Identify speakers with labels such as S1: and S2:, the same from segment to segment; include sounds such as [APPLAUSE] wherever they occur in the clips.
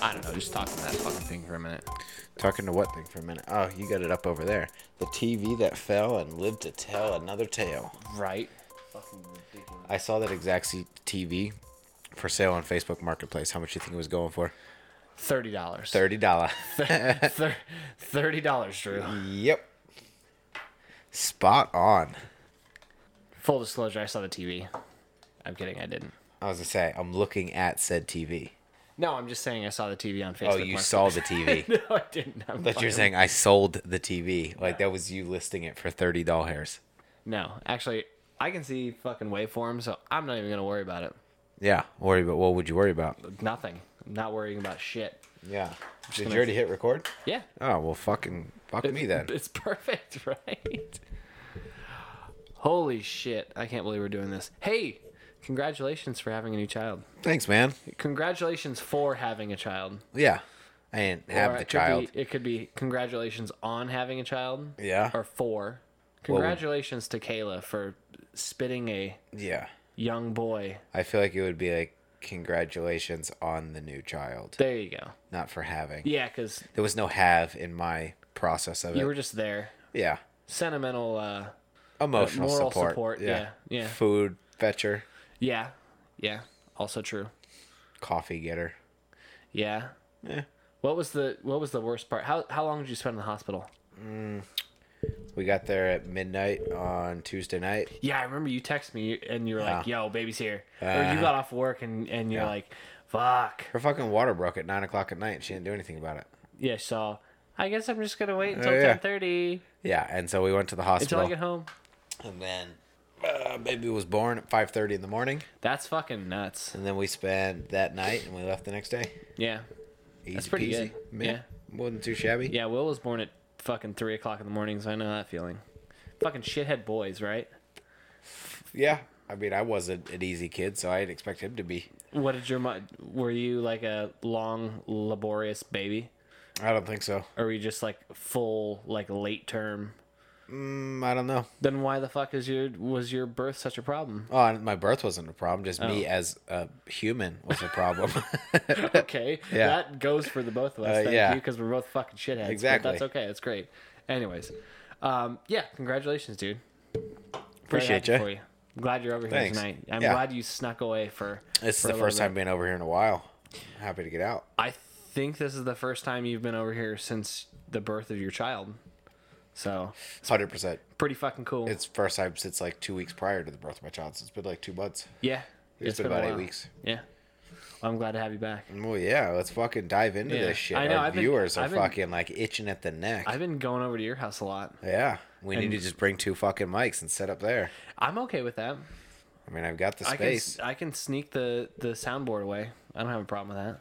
S1: I don't know, just talking that fucking thing for a minute.
S2: Talking to what thing for a minute? Oh, you got it up over there. The TV that fell and lived to tell another tale.
S1: Right?
S2: I saw that exact se- TV for sale on Facebook Marketplace. How much do you think it was going for?
S1: Thirty dollars.
S2: Thirty dollar. [LAUGHS]
S1: [LAUGHS] Thirty dollars, Drew.
S2: yep. Spot on.
S1: Full disclosure, I saw the TV. I'm kidding, I didn't.
S2: I was gonna say I'm looking at said TV.
S1: No, I'm just saying I saw the TV on Facebook.
S2: Oh, you
S1: [LAUGHS]
S2: saw the [LAUGHS] TV.
S1: no, I didn't. I'm
S2: But
S1: fucking-
S2: you're saying I sold the TV. Like that was you listing it for thirty dollars.
S1: no. Actually, I can see fucking waveforms, so I'm not even gonna worry about it.
S2: Yeah. Worry about what would you worry about?
S1: Nothing. I'm not worrying about shit.
S2: Yeah. Did
S1: gonna-
S2: you already hit record?
S1: Yeah.
S2: Oh well, fucking fuck me then.
S1: It's perfect, [LAUGHS] right? Holy shit! I can't believe we're doing this. Hey, congratulations for having a new child.
S2: Thanks, man.
S1: Congratulations for having a child.
S2: Yeah. I didn't have
S1: Or
S2: the
S1: it could be-
S2: child.
S1: it could be congratulations on having a child.
S2: Yeah.
S1: Or for. Congratulations to Kayla for spitting a
S2: Yeah.
S1: young boy.
S2: I feel like it would be like congratulations on the new child,
S1: There you go.
S2: not for having.
S1: Yeah, because
S2: There was no have in my process of it.
S1: you were just there.
S2: yeah.
S1: Sentimental, uh,
S2: Emotional
S1: moral
S2: support.
S1: support, yeah, yeah.
S2: Food fetcher,
S1: yeah, yeah. Also true.
S2: coffee getter.
S1: Yeah.
S2: Yeah.
S1: What was the What was the worst part? How How long did you spend in the hospital?
S2: We got there at midnight on Tuesday night.
S1: Yeah, I remember you text me and you were like, "Yo, baby's here," or you
S2: Uh-huh.
S1: got off work and and you're like, "Fuck."
S2: Her fucking water broke at nine o'clock at night. And she didn't do anything about it.
S1: Yeah. So I guess I'm just gonna wait until
S2: yeah.
S1: 10:30
S2: Yeah, and so we went to the
S1: until
S2: hospital,
S1: I get home.
S2: and then uh, baby was born at five thirty in the morning,
S1: That's fucking nuts.
S2: and then we spent that night, and we left the next day.
S1: Yeah.
S2: Easy
S1: pretty
S2: peasy.
S1: good.
S2: Man, wasn't too shabby.
S1: Yeah, Will was born at fucking three o'clock in the morning, so I know that feeling. Fucking shithead boys, right?
S2: Yeah, I mean, I wasn't an easy kid, so I didn't expect him to be.
S1: What did your mom? Were you like a long, laborious baby,
S2: I don't think so.
S1: or were you just like full, like late term?
S2: Mm, I don't know.
S1: Then why the fuck is your was your birth such a problem?
S2: Oh, and my birth wasn't a problem. Just me
S1: Oh.
S2: as a human was
S1: [LAUGHS]
S2: a problem. [LAUGHS]
S1: Okay,
S2: Yeah.
S1: that goes for the both of us.
S2: Uh,
S1: thank
S2: yeah.
S1: you, because we're both fucking shitheads. but
S2: Exactly.
S1: that's okay. That's great. Anyways, um, yeah, congratulations, dude. Very
S2: Appreciate
S1: happy
S2: ya.
S1: For you. I'm glad you're over here
S2: Thanks.
S1: tonight. I'm
S2: Yeah.
S1: glad you snuck away for.
S2: this is
S1: for a
S2: the
S1: little
S2: first
S1: bit.
S2: time being over here in a while. Happy to get out.
S1: I think this is the first time you've been over here since the birth of your child. So
S2: Hundred percent.
S1: pretty fucking cool.
S2: It's first time since like two weeks prior to the birth of my child. So it's been like two months.
S1: yeah,
S2: It's been,
S1: a
S2: about eight
S1: while.
S2: weeks.
S1: Yeah, well, I'm glad to have you back.
S2: Well, yeah, let's fucking dive into
S1: Yeah.
S2: this shit.
S1: I know,
S2: Our
S1: I've been-
S2: viewers are
S1: I've been-
S2: fucking like itching at the neck.
S1: I've been going over to your house a lot.
S2: yeah, we need to just bring two fucking mics and set up there.
S1: I'm okay with that.
S2: I mean, I've got the
S1: I can
S2: space.
S1: I can sneak the the soundboard away. I don't have a problem with that.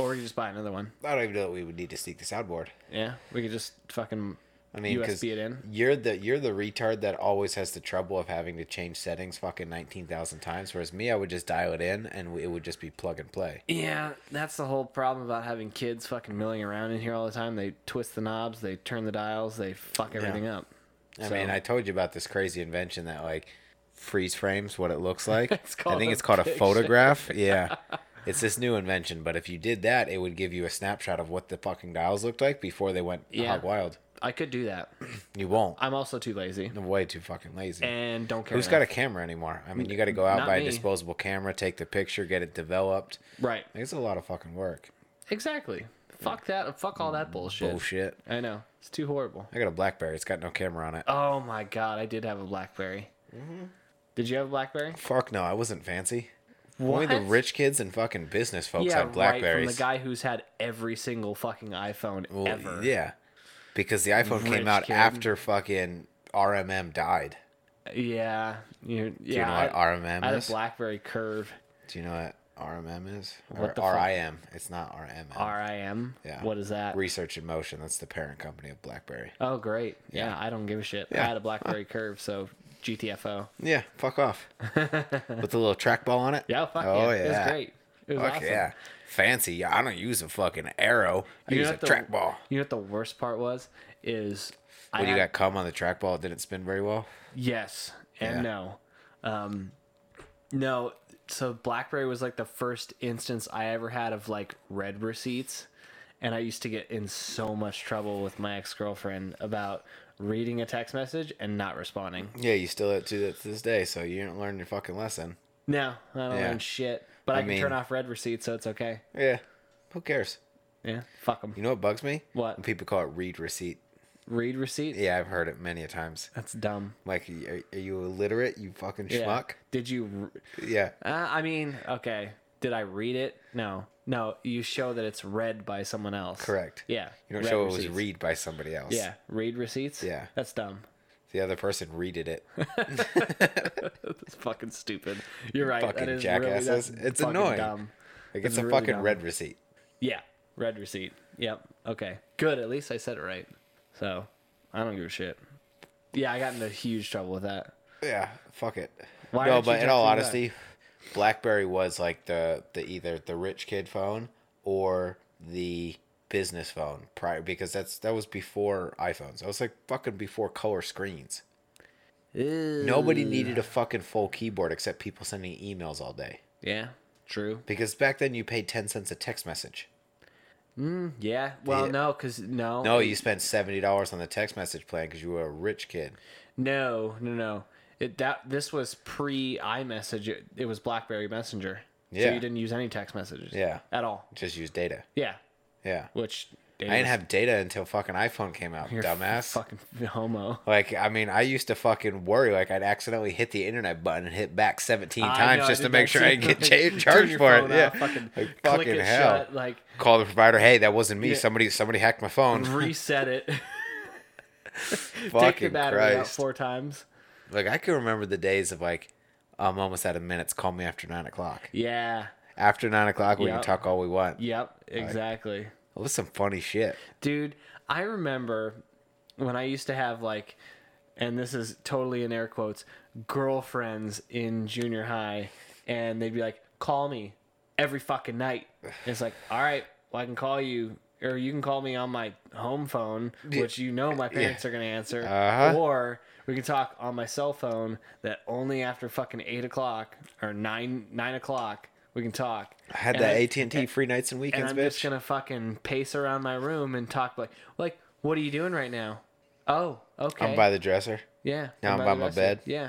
S1: Or we could just buy another one.
S2: I don't even know that we would need to sneak the soundboard.
S1: Yeah, we could just fucking
S2: I mean, because
S1: USB it in.
S2: you're the you're the retard that always has the trouble of having to change settings fucking nineteen thousand times, whereas me, I would just dial it in and it would just be plug and play.
S1: Yeah, that's the whole problem about having kids fucking milling around in here all the time. They twist the knobs, they turn the dials, they fuck everything up.
S2: I mean, I told you about this crazy invention that like freeze frames what
S1: [LAUGHS]
S2: it looks like. I
S1: called
S2: think
S1: a
S2: it's called a
S1: picture.
S2: photograph.
S1: [LAUGHS]
S2: Yeah. It's this new invention, but if you did that, it would give you a snapshot of what the fucking dials looked like before they went
S1: Yeah.
S2: hog wild.
S1: I could do that.
S2: You won't.
S1: I'm also too lazy
S2: I'm way too fucking lazy.
S1: and don't care.
S2: Who's got a camera anymore? I mean, you got to go out,
S1: Not
S2: buy
S1: me.
S2: a disposable camera, take the picture, get it developed.
S1: right?
S2: It's a lot of fucking work.
S1: Exactly. Fuck that. Fuck all that bullshit.
S2: Bullshit.
S1: I know it's too horrible.
S2: I got a BlackBerry. It's got no camera on it.
S1: Oh my god, I did have a BlackBerry. Did you have a BlackBerry?
S2: Fuck no, I wasn't fancy. Only
S1: What?
S2: the rich kids and fucking business folks had
S1: Right, from
S2: Blackberries.
S1: the guy who's had every single fucking iPhone
S2: Well,
S1: ever.
S2: Yeah, because the iPhone
S1: Rich
S2: came out
S1: kid.
S2: after fucking RMM died.
S1: Yeah. You, yeah.
S2: Do you know what
S1: I,
S2: RMM
S1: I had
S2: is?
S1: a BlackBerry Curve
S2: Do you know what RMM is?
S1: What
S2: Or
S1: the fuck?
S2: RIM. It's not RMM.
S1: RIM.
S2: Yeah.
S1: What is that?
S2: Research in Motion. That's the parent company of BlackBerry.
S1: oh, great. Yeah. I don't give a shit. I
S2: Yeah.
S1: had a
S2: [LAUGHS]
S1: BlackBerry Curve, so GTFO.
S2: Yeah,
S1: [LAUGHS]
S2: fuck off. With the little trackball on it.
S1: Yeah, fuck yeah.
S2: Oh yeah,
S1: It was great. It was
S2: Fuck
S1: awesome.
S2: yeah, fancy. Yeah, I don't use a fucking arrow. I
S1: You
S2: use
S1: know
S2: a
S1: what the-
S2: trackball.
S1: You know what the worst part was? Is I
S2: When you
S1: had-
S2: got cum on the trackball, it didn't spin very well.
S1: Yes and
S2: Yeah.
S1: no. Um, no, so BlackBerry was like the first instance I ever had of like red receipts, and I used to get in so much trouble with my ex girlfriend about reading a text message and not responding.
S2: Yeah, you still do that to this day, so you didn't learn your fucking lesson.
S1: No, I don't
S2: Yeah.
S1: learn shit, but I,
S2: I
S1: can
S2: mean-
S1: turn off red receipts, so it's okay.
S2: Yeah. Who cares?
S1: Yeah, fuck them.
S2: You know what bugs me?
S1: What?
S2: When people call it read receipt.
S1: Read receipt.
S2: Yeah, I've heard it many a times.
S1: That's dumb.
S2: Like, are, are you illiterate, you fucking
S1: Yeah.
S2: schmuck?
S1: Did you? r-
S2: Yeah.
S1: Uh, I mean, okay. Did I read it? No, no. You show that it's read by someone else.
S2: Correct.
S1: Yeah.
S2: You don't
S1: Red
S2: show it
S1: receipts.
S2: was read by somebody else.
S1: Yeah, read receipts.
S2: Yeah.
S1: that's dumb.
S2: The other person readed it.
S1: [LAUGHS] That's fucking stupid. You're right.
S2: Fucking
S1: that is Really, that's
S2: jackasses. It's
S1: fucking
S2: annoying.
S1: Dumb.
S2: Like, it's a
S1: really
S2: fucking
S1: dumb.
S2: red receipt.
S1: Yeah. Red receipt. Yep. Okay. Good. At least I said it right. So I don't give a shit. Yeah, I got into huge trouble with that.
S2: Yeah, fuck it.
S1: Why
S2: no,
S1: aren't you
S2: but in all
S1: texting back?
S2: honesty, BlackBerry was like the the either the rich kid phone or the business phone prior because that's that was before iPhones. That was like fucking before color screens. Nobody needed a fucking full keyboard except people sending emails all day.
S1: Yeah. True.
S2: Because back then you paid ten cents a text message.
S1: Yeah. Well,
S2: Yeah.
S1: no, because no.
S2: No, you spent seventy dollars on the text message plan because you were a rich kid.
S1: No, no, no. It that this was pre iMessage. It, it was BlackBerry Messenger. So
S2: Yeah.
S1: you didn't use any text messages.
S2: Yeah.
S1: At all.
S2: Just use data.
S1: Yeah.
S2: Yeah.
S1: Which
S2: I didn't have data until fucking iPhone came out, dumbass.
S1: fucking homo.
S2: Like, I mean, I used to fucking worry, like, I'd accidentally hit the internet button and hit back 17
S1: I
S2: times
S1: know, I
S2: just to
S1: did
S2: make
S1: that
S2: sure I
S1: too. [LAUGHS]
S2: get cha-
S1: Turn
S2: charged
S1: your
S2: for it.
S1: phone
S2: Yeah.
S1: off, Fucking,
S2: Like,
S1: click
S2: fucking
S1: it
S2: hell.
S1: Shut, like
S2: Call the provider, hey, that wasn't me. Somebody somebody hacked
S1: [LAUGHS]
S2: my phone.
S1: reset it. Take the
S2: fucking
S1: battery out
S2: Christ.
S1: four times.
S2: Like, I can remember the days of, like, I'm almost out of minutes. Call me after 9 o'clock.
S1: Yeah.
S2: After 9 o'clock, we
S1: Yeah.
S2: can talk all we want.
S1: Yep. Exactly.
S2: That was some funny shit.
S1: Dude, I remember when I used to have like, and this is totally in air quotes, girlfriends in junior high, and they'd be like, "Call me every fucking night." And it's like, all right, well I can call you, or you can call me on my home phone, which you know my parents are gonna answer,
S2: Uh-huh.
S1: or we can talk on my cell phone that only after fucking eight o'clock or nine nine o'clock we can talk.
S2: I had
S1: And
S2: that
S1: I-
S2: AT&T free nights and
S1: and
S2: weekends,
S1: I'm
S2: bitch.
S1: just gonna fucking pace around my room and talk like, like, what are you doing right now? Oh, okay.
S2: I'm by the dresser.
S1: yeah.
S2: now I'm by
S1: the
S2: my
S1: dresser.
S2: bed.
S1: Yeah.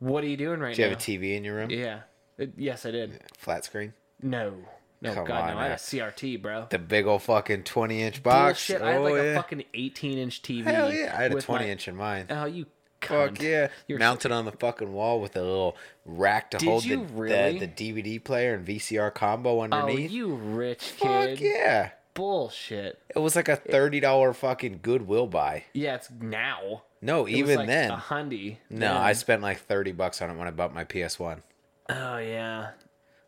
S1: What are you doing right
S2: Do you
S1: now?
S2: have a TV in your room?
S1: yeah. It- yes, I did.
S2: Flat screen?
S1: No. No,
S2: Come
S1: God,
S2: on,
S1: no. I had a
S2: man.
S1: CRT, bro.
S2: The big old fucking 20 inch box?
S1: Bullshit. I had like
S2: Oh,
S1: a
S2: yeah.
S1: fucking 18 inch TV.
S2: Hell yeah, I had a
S1: with my-
S2: 20 inch in mine.
S1: Oh, you cunt.
S2: Fuck yeah.
S1: [LAUGHS] You're
S2: Mounted on the fucking wall with a little rack to hold the,
S1: you really?
S2: the, the DVD player and VCR combo
S1: Oh,
S2: underneath.
S1: you rich
S2: Fuck
S1: kid.
S2: yeah.
S1: Bullshit.
S2: It was like a $30 fucking Goodwill buy.
S1: Yeah, it's now.
S2: No,
S1: It was,
S2: even
S1: like,
S2: then.
S1: a hundy.
S2: no, I spent like 30 bucks on it when I bought my PS1.
S1: Oh yeah.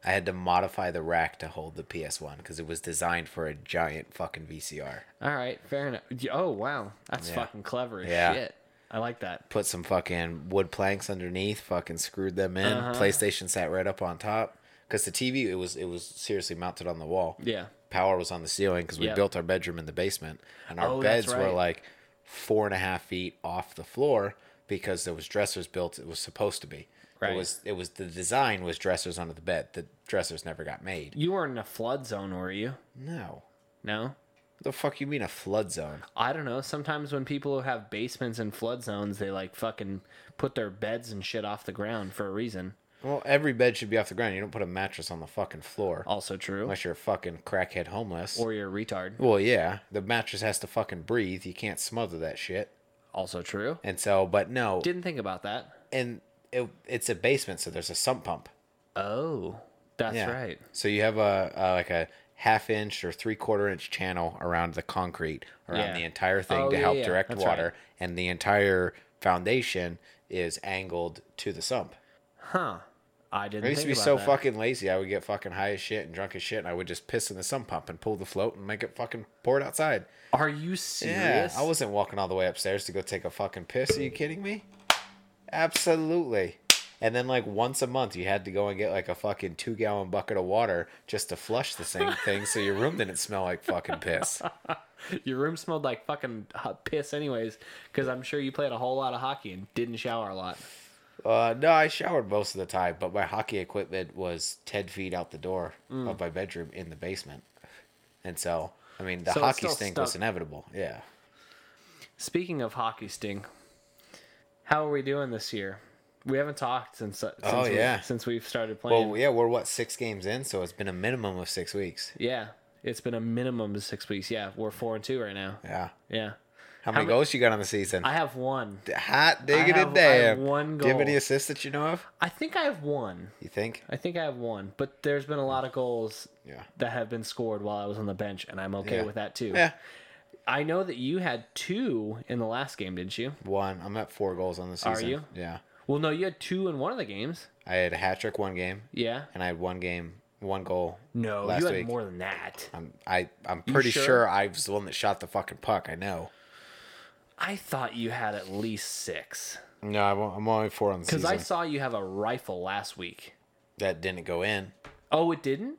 S2: I had to modify the rack to hold the PS1 because it was designed for a giant fucking VCR.
S1: All right, fair enough. Y- Oh wow, that's
S2: Yeah.
S1: fucking clever as
S2: Yeah.
S1: shit. I like that.
S2: Put some fucking wood planks underneath, fucking screwed them in.
S1: Uh-huh.
S2: PlayStation sat right up on top because the TV it was it was seriously mounted on the wall.
S1: Yeah.
S2: power was on the ceiling because we
S1: Yep.
S2: built our bedroom in the basement, and our
S1: Oh, that's
S2: beds were
S1: right.
S2: like four and a half feet off the floor because there was dressers built. It was supposed to be.
S1: Right.
S2: It was. It was the design was dressers under the bed. The dressers never got made.
S1: You were in a flood zone, were you?
S2: No.
S1: No.
S2: What the fuck you mean a flood zone?
S1: I don't know. Sometimes when people have basements and flood zones, they like fucking put their beds and shit off the ground for a reason.
S2: Well, every bed should be off the ground. You don't put a mattress on the fucking floor
S1: Also true.
S2: unless you're a fucking crackhead homeless.
S1: or you're a retard.
S2: well, yeah, the mattress has to fucking breathe. You can't smother that shit.
S1: Also true.
S2: And so, but no,
S1: Didn't think about that.
S2: and it, it's a basement, so there's a sump pump.
S1: Oh, that's
S2: Yeah.
S1: right.
S2: So you have a, a like a half inch or three quarter inch channel around the concrete around
S1: Yeah.
S2: the entire thing
S1: Oh,
S2: to
S1: yeah,
S2: help
S1: yeah,
S2: direct
S1: that's
S2: water, and the entire foundation is angled to the sump.
S1: Huh. I didn't.
S2: I used to be
S1: think
S2: so
S1: about that.
S2: fucking lazy. I would get fucking high as shit and drunk as shit, and I would just piss in the sump pump and pull the float and make it fucking pour it outside.
S1: Are you
S2: Yeah,
S1: serious?
S2: I wasn't walking all the way upstairs to go take a fucking piss. Are you kidding me? Absolutely. And then like once a month, you had to go and get like a fucking two gallon bucket of water just to flush
S1: [LAUGHS]
S2: the same thing, so your room didn't smell like fucking piss.
S1: [LAUGHS] Your room smelled like fucking hot piss, anyways, because I'm sure you played a whole lot of hockey and didn't shower a lot.
S2: Uh, no, I showered most of the time, but my hockey equipment was ten feet out the door
S1: Mm.
S2: of my bedroom in the basement, and so I mean the
S1: So it's
S2: hockey
S1: still
S2: stink was
S1: stuck.
S2: inevitable. Yeah,
S1: Speaking of hockey sting, how are we doing this year? We haven't talked since uh, since,
S2: Oh,
S1: we,
S2: yeah.
S1: since we've started playing.
S2: well, yeah, we're what six games in, so it's been a minimum of six weeks.
S1: yeah, it's been a minimum of six weeks. Yeah, we're four and two right now.
S2: Yeah,
S1: Yeah,
S2: how many
S1: ma-
S2: goals you got on the season?
S1: I have one.
S2: Hot digging
S1: have-
S2: and
S1: I have
S2: damn.
S1: one
S2: Do you have any
S1: goal.
S2: assists that you know of?
S1: I think I have one.
S2: You think?
S1: I think I have one, but there's been a lot of goals
S2: Yeah.
S1: that have been scored while I was on the bench, and I'm okay
S2: Yeah.
S1: with that too.
S2: Yeah,
S1: I know that you had two in the last game, didn't you?
S2: one. I'm at four goals on the season.
S1: you?
S2: Yeah,
S1: Well, no, you had two in one of the games.
S2: I had a hat trick one game,
S1: Yeah.
S2: and I had one game, one goal.
S1: No,
S2: Last
S1: you had
S2: week.
S1: more than that.
S2: I'm I I'm pretty
S1: sure?
S2: sure? I was the one that shot the fucking puck. I know.
S1: I thought you had at least six
S2: No, I'm o- I'm only four on the
S1: because
S2: season.
S1: I saw you have a rifle last week.
S2: that didn't go in.
S1: Oh, it didn't.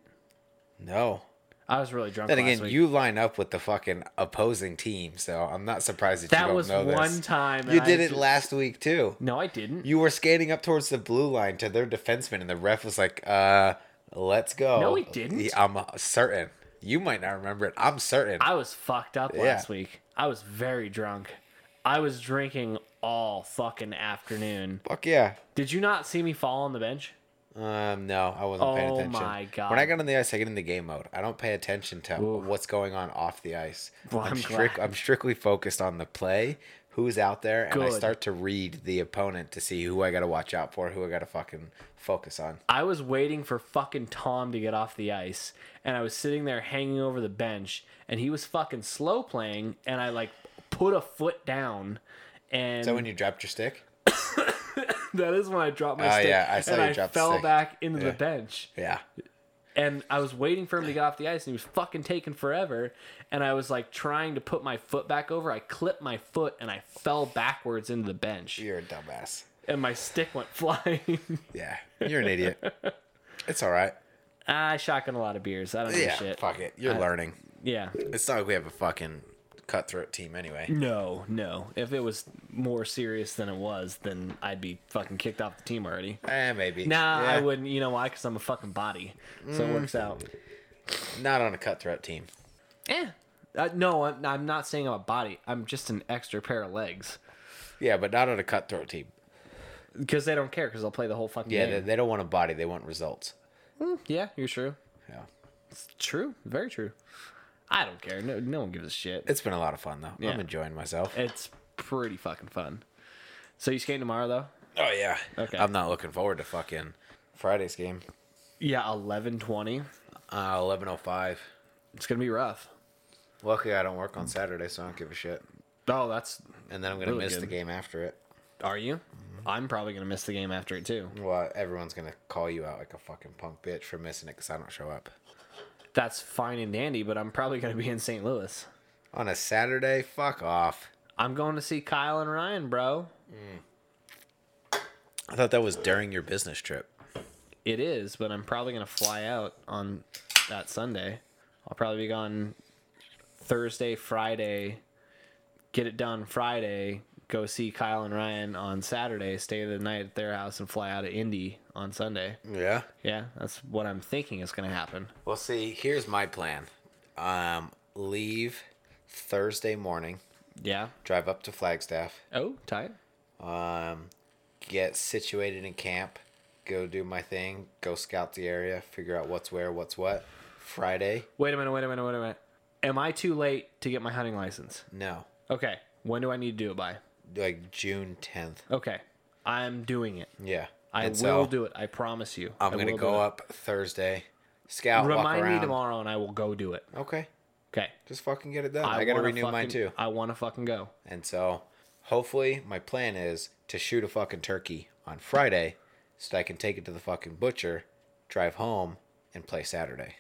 S2: No.
S1: I was really drunk.
S2: Then
S1: last
S2: again,
S1: week.
S2: you line up with the fucking opposing team, so I'm not surprised that, you
S1: that
S2: don't
S1: was
S2: know this.
S1: one time and
S2: you
S1: I
S2: did it
S1: ju-
S2: last week too.
S1: No, I didn't.
S2: You were skating up towards the blue line to their defenseman, and the ref was like, "Uh, let's go."
S1: No, he didn't.
S2: Yeah, I'm uh, certain. You might not remember it. I'm certain.
S1: I was fucked up
S2: Yeah.
S1: last week. I was very drunk. I was drinking all fucking afternoon.
S2: Fuck yeah.
S1: Did you not see me fall on the bench?
S2: Um, no, I wasn't paying
S1: Oh
S2: attention.
S1: my God.
S2: When I get on the ice, I get in the game mode. I don't pay attention to what's going on off the ice.
S1: [LAUGHS] Well,
S2: I'm,
S1: I'm
S2: strict.
S1: glad.
S2: I'm strictly focused on the play, who's out there, and I
S1: Good.
S2: start to read the opponent to see who I got to watch out for, who I got to fucking focus on.
S1: I was waiting for fucking Tom to get off the ice, and I was sitting there hanging over the bench, and he was fucking slow playing, and I like put a foot down, and
S2: So when you dropped your stick,
S1: [LAUGHS] that is when I dropped my
S2: Oh,
S1: stick,
S2: yeah, I saw
S1: and
S2: you
S1: I
S2: drop the
S1: fell
S2: stick.
S1: back into
S2: Yeah.
S1: the bench,
S2: yeah,
S1: and I was waiting for him to get off the ice, and he was fucking taking forever, and I was like trying to put my foot back over, I clipped my foot, and I fell backwards into the bench,
S2: you're a dumbass.
S1: and my stick went [LAUGHS] flying.
S2: Yeah, you're
S1: [LAUGHS]
S2: an idiot. It's all right.
S1: Ah, I shotgun a lot of beers. I don't give
S2: Yeah,
S1: a shit.
S2: fuck it. You're learning.
S1: Yeah.
S2: It's not like we have a fucking cutthroat team anyway.
S1: No, no. If it was more serious than it was, then I'd be fucking kicked off the team already.
S2: Eh, maybe.
S1: Nah, I
S2: Yeah, Mm.
S1: wouldn't. You know why? Because I'm a fucking body, so it works out.
S2: Not on a cutthroat team.
S1: Eh. Uh, no, I'm, I'm not saying I'm a body. I'm just an extra pair of legs
S2: Yeah, but not on a cutthroat team.
S1: because they don't care because I'll play the whole fucking
S2: Yeah, they,
S1: game.
S2: they don't want a body; they want results.
S1: Mm, yeah, you're true.
S2: Yeah,
S1: True, very true. I don't care. No, no one gives a shit.
S2: it's been a lot of fun though.
S1: Yeah.
S2: I'm enjoying myself.
S1: It's pretty fucking fun. So you skating tomorrow though?
S2: Oh yeah.
S1: Okay.
S2: I'm not looking forward to fucking Friday's game.
S1: Yeah, eleven twenty.
S2: Uh, 11:05.
S1: It's gonna be rough.
S2: Luckily, I don't work on Saturday, so I don't give a shit.
S1: Oh, that's.
S2: And then I'm gonna
S1: Really
S2: miss the
S1: good.
S2: game after it.
S1: Are you? I'm probably gonna miss the game after it too.
S2: Well, everyone's gonna call you out like a fucking punk bitch for missing it because I don't show up
S1: That's fine and dandy, but I'm probably going to be in St. Louis.
S2: on a Saturday. Fuck off.
S1: I'm going to see Kyle and Ryan, bro.
S2: I thought that was during your business trip.
S1: It is, but I'm probably going to fly out on that Sunday. I'll probably be gone Thursday, Friday, get it done Friday, go see Kyle and Ryan on Saturday, stay the night at their house, and fly out to Indy on Sunday.
S2: Yeah.
S1: Yeah, that's what I'm thinking is going to happen.
S2: Well, see, here's my plan. Um, leave Thursday morning.
S1: Yeah.
S2: Drive up to Flagstaff.
S1: Oh, tight.
S2: um, get situated in camp, go do my thing, go scout the area, figure out what's where, what's what. Friday,
S1: Wait a minute, wait a minute, wait a minute. Am I too late to get my hunting license?
S2: no,
S1: Okay. When do I need to do it by?
S2: like June tenth.
S1: Okay. I'm doing it.
S2: Yeah,
S1: I
S2: And so
S1: will do it. I promise you.
S2: I'm
S1: I
S2: gonna
S1: will do
S2: go
S1: it.
S2: up Thursday, scout, walk
S1: Remind
S2: around.
S1: me tomorrow and I will go do it.
S2: Okay,
S1: Okay.
S2: just fucking get it done. I, gotta
S1: wanna
S2: renew mine
S1: fucking-
S2: too,
S1: I want to fucking go.
S2: and so hopefully my plan is to shoot a fucking turkey on Friday, so that I can take it to the fucking butcher, drive home, and play Saturday.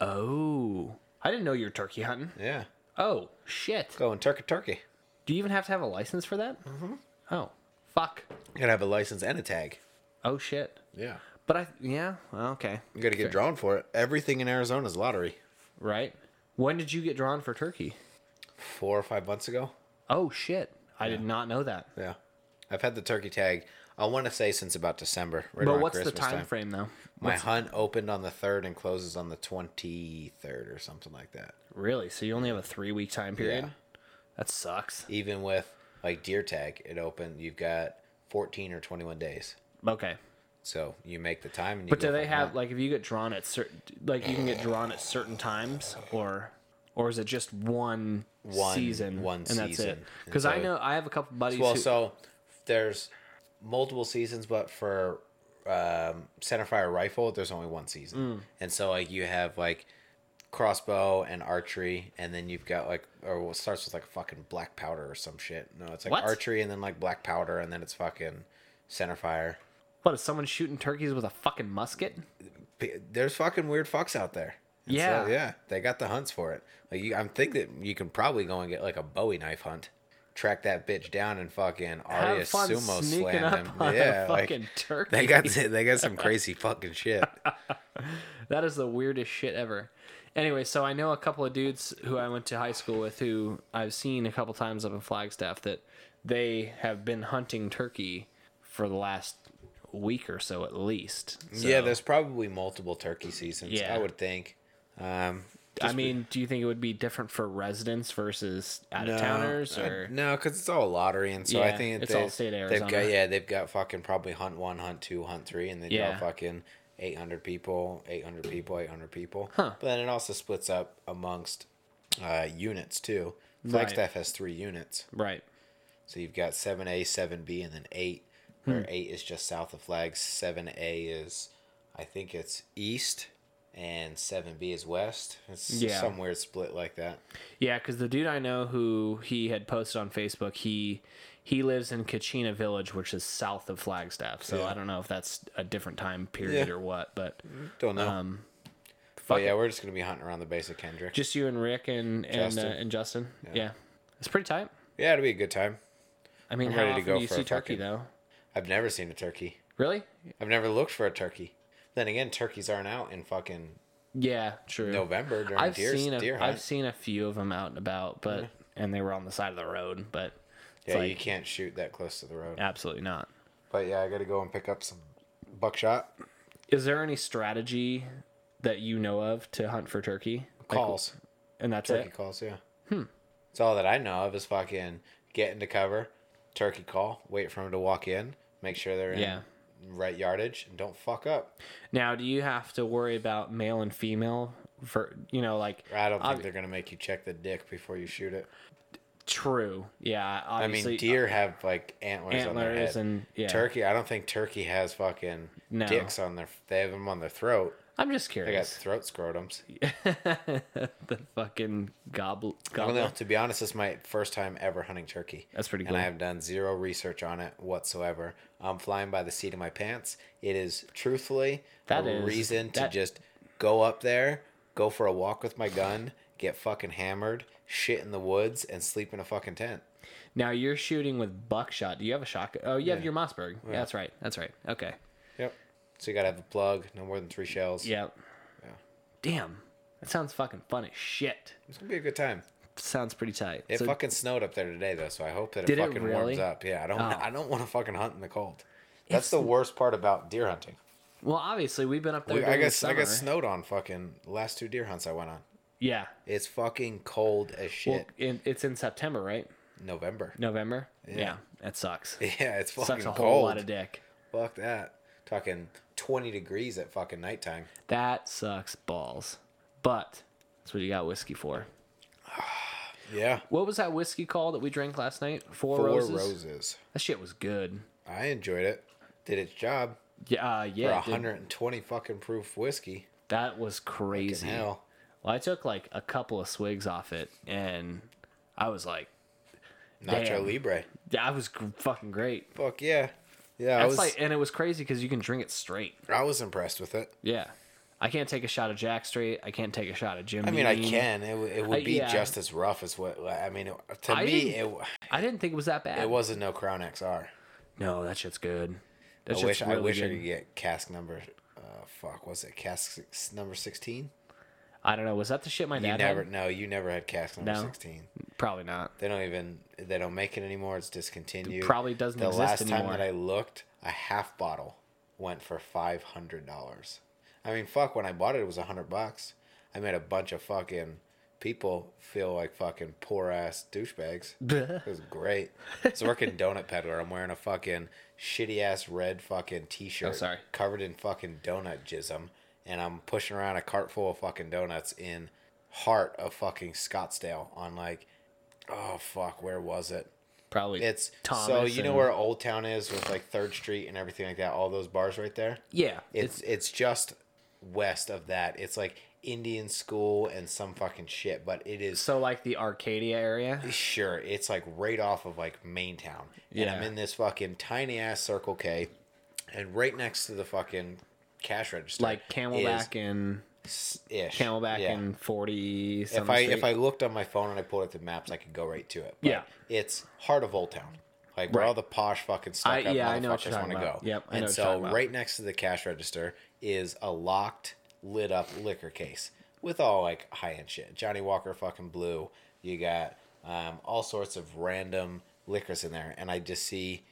S1: Oh. I didn't know you were turkey hunting.
S2: Yeah,
S1: Oh, shit.
S2: go and turkey turkey.
S1: Do you even have to have a license for that? Mm-hmm. Oh. Fuck.
S2: You gotta have a license and a tag.
S1: Oh, shit.
S2: Yeah.
S1: But I, yeah, well, okay.
S2: You got to get drawn for it. Everything in Arizona is lottery.
S1: Right. When did you get drawn for turkey?
S2: Four or five months ago.
S1: Oh, shit. I did not know that.
S2: Yeah. I've had the turkey tag. I want to say since about December. Right
S1: But
S2: around
S1: what's the
S2: Christmas
S1: time, frame though?
S2: My hunt opened on the third and closes on the twenty third or something like that.
S1: Really? So you only have a three week time period?
S2: Yeah.
S1: That sucks.
S2: Even with like deer tag, it opened. You've got fourteen or twenty one days,
S1: Okay.
S2: so you make the time. And you
S1: But
S2: go
S1: do they
S2: hunt
S1: have
S2: hunt.
S1: like if you get drawn at certain like you can get drawn at certain times or or is it just one,
S2: One-
S1: season
S2: one
S1: and that's it?
S2: season.
S1: Because I
S2: So-
S1: know I have a couple buddies.
S2: Well,
S1: who,
S2: so there's multiple seasons, but for um, centerfire rifle, there's only one
S1: Mm.
S2: season, and so like you have like crossbow and archery, and then you've got like or what starts with like fucking black powder or some shit. No, it's like
S1: What?
S2: archery and then like black powder, and then it's fucking centerfire.
S1: what is someone shooting turkeys with a fucking musket?
S2: P- There's fucking weird fucks out there. And so,
S1: Yeah.
S2: yeah, they got the hunts for it. Like you, I'm think that you can probably go and get like a Bowie knife hunt. Track that bitch down and fucking Arya
S1: Have fun
S2: sumo
S1: sneaking
S2: slam him.
S1: up on a
S2: yeah, like-
S1: fucking turkey.
S2: They got [LAUGHS] they got
S1: [LAUGHS]
S2: some crazy fucking shit.
S1: That is the weirdest shit ever. Anyway, so I know a couple of dudes who I went to high school with who I've seen a couple times up in Flagstaff that they have been hunting turkey for the last week or so at least. So,
S2: Yeah, there's probably multiple turkey seasons.
S1: Yeah.
S2: I would think. Um,
S1: I mean, do you think it would be different for residents versus out of towners
S2: no, I-
S1: or
S2: no, because it's all lottery, and so I
S1: Yeah,
S2: think that
S1: it's
S2: they,
S1: all state of
S2: They've
S1: Arizona.
S2: got yeah, they've got fucking probably hunt one, hunt two, hunt three, and they
S1: Yeah.
S2: do fucking eight hundred people, eight hundred people, eight hundred people. But then it also splits up amongst uh, units too. Flagstaff has three units,
S1: right?
S2: so you've got seven A, seven B, and then eight. Where
S1: Hmm.
S2: eight is just south of Flags. Seven A is, I think it's east, and seven B is west. It's
S1: Yeah.
S2: some weird split like that.
S1: Yeah, because the dude I know who he had posted on Facebook, he he lives in Kachina Village, which is south of Flagstaff. So
S2: Yeah.
S1: I don't know if that's a different time period
S2: Yeah.
S1: or what, but
S2: Don't know.
S1: um,
S2: But
S1: fuck
S2: yeah,
S1: it.
S2: we're just gonna be hunting around the base of Kendrick.
S1: Just you and Rick and and Justin.
S2: Justin.
S1: Uh, and Justin. Yeah. it's pretty tight.
S2: yeah, it'll be a good time.
S1: I mean,
S2: I'm
S1: how
S2: ready to
S1: often
S2: go
S1: do you
S2: for a
S1: see turkey
S2: fucking-
S1: though?
S2: I've never seen a turkey.
S1: Really?
S2: I've never looked for a turkey. Then again, turkeys aren't out in fucking
S1: Yeah, true.
S2: November during
S1: I've
S2: deer,
S1: seen a,
S2: deer hunt.
S1: have seen a few of them out and about, but and they were on the side of the road, but it's
S2: yeah,
S1: like
S2: you can't shoot that close to the road.
S1: absolutely not.
S2: But yeah, I gotta go and pick up some buckshot
S1: Is there any strategy that you know of to hunt for turkey? Like,
S2: calls.
S1: and that's
S2: turkey
S1: it.
S2: calls, yeah. Hmm. It's all that I know of is fucking get into cover, turkey call, wait for them to walk in, make sure they're in
S1: Yeah.
S2: right yardage, and don't fuck up.
S1: Now, do you have to worry about male and female? For you know, like
S2: I don't think
S1: Obvi-
S2: they're gonna make you check the dick before you shoot it.
S1: true. Yeah,
S2: I mean,
S1: obviously, uh,
S2: deer have like antlers, on their
S1: antlers
S2: head.
S1: and yeah.
S2: Turkey, I don't think turkey has fucking
S1: No.
S2: dicks on their. They have them on their throat.
S1: I'm just
S2: They got
S1: curious.
S2: throat scrotums.
S1: the fucking gobble
S2: I don't know.
S1: gobble.
S2: To be honest, this is my first time ever hunting turkey.
S1: That's pretty
S2: And I
S1: cool.
S2: have done zero research on it whatsoever. I'm flying by the seat of my pants. It is truthfully
S1: That
S2: a
S1: is-
S2: reason to
S1: that-
S2: just go up there, go for a walk with my gun, get fucking hammered, shit in the woods, and sleep in a fucking tent.
S1: Now you're shooting with buckshot. Do you have a shotgun? Oh, you have your Mossberg. Yeah, that's right. That's right. Okay.
S2: Yep. So you gotta have a plug, no more than three shells.
S1: Yeah. Damn. That sounds fucking fun as shit.
S2: It's gonna be a good time.
S1: Sounds pretty tight.
S2: It
S1: So-
S2: fucking snowed up there today though, so I hope that it
S1: Did it
S2: fucking warms
S1: really? Oh.
S2: up. Yeah, I don't [LAUGHS] I don't want to fucking hunt in the cold. That's the worst part about deer hunting.
S1: well, obviously we've been up there.
S2: We-
S1: during
S2: I
S1: the
S2: guess I got
S1: summer.
S2: snowed on fucking the last two deer hunts I went on.
S1: Yeah.
S2: It's fucking cold as
S1: Well,
S2: shit.
S1: in, it's in September, right?
S2: November. [LAUGHS]
S1: November. Yeah. that sucks.
S2: Yeah, it's fucking
S1: sucks a whole
S2: cold.
S1: lot of dick.
S2: Fuck that. Talking 20 degrees at fucking nighttime.
S1: That sucks balls. But that's what you got whiskey for.
S2: Yeah.
S1: What was that whiskey called that we drank last night? Four,
S2: Four
S1: roses.
S2: roses.
S1: That shit was good.
S2: I enjoyed it. Did its job.
S1: Yeah, uh,
S2: For
S1: yeah. it did.
S2: 120 fucking proof whiskey.
S1: That was crazy.
S2: Hell.
S1: Well, I took like a couple of swigs off it, and I was like,
S2: Nacho
S1: Damn.
S2: Libre.
S1: "That was gr- fucking great."
S2: Fuck yeah. Yeah, I
S1: That's
S2: was
S1: like, and it was crazy because you can drink it straight.
S2: I was impressed with it.
S1: Yeah, I can't take a shot of Jack straight. I can't take a shot of Jim.
S2: I mean, I can. It, w- it would
S1: I-
S2: be
S1: yeah.
S2: just as rough as what I mean. it- To
S1: I
S2: me,
S1: didn't-
S2: it w-
S1: I didn't think it was that bad.
S2: it wasn't no Crown XR.
S1: No, that shit's good. That
S2: I
S1: shit's
S2: wish
S1: really
S2: I wish
S1: good.
S2: I could get cask number. Uh, fuck, was it cask six, number sixteen?
S1: I, I don't know. Was that the shit my
S2: You
S1: dad
S2: never
S1: had?
S2: no, you never had cask number
S1: No.
S2: sixteen.
S1: Probably not.
S2: They don't even they don't make it anymore. It's discontinued.
S1: probably doesn't
S2: The
S1: exist
S2: last time
S1: anymore.
S2: that I looked, a half bottle went for five hundred dollars. I mean, fuck. When I bought it, it was a hundred bucks. I made a bunch of fucking people feel like fucking poor ass douchebags. It was great. It's working donut peddler. I'm wearing a fucking shitty ass red fucking t-shirt.
S1: sorry.
S2: Covered in fucking donut jism, and I'm pushing around a cart full of fucking donuts in heart of fucking Scottsdale on like, oh fuck, where was it?
S1: Probably.
S2: It's
S1: Thomas
S2: so you know
S1: and-
S2: where Old Town is with like Third Street and everything like that. All those bars right there.
S1: yeah.
S2: It's it's just west of that. It's like Indian school and some fucking shit, but it is
S1: so like the Arcadia
S2: [LAUGHS]
S1: area.
S2: Sure, it's like right off of like Main Town, and I'm
S1: Yeah.
S2: in this fucking tiny ass Circle K, and right next to the fucking cash register,
S1: Like Camelback and
S2: is- ish,
S1: Camelback
S2: yeah.
S1: and forty.
S2: If I if I looked on my phone and I pulled up the maps, I could go right to it. But
S1: Yeah.
S2: it's heart of Old Town, like where all the posh fucking stuck
S1: I-
S2: up
S1: yeah, I know what
S2: motherfuckers
S1: you're
S2: want
S1: talking
S2: to go.
S1: about. Yep, I know
S2: and
S1: what you're
S2: so
S1: talking about.
S2: right next to the cash register is a locked, lit up liquor case with all like high end shit. Johnny Walker fucking blue. You got um, all sorts of random liquors in there, and I just see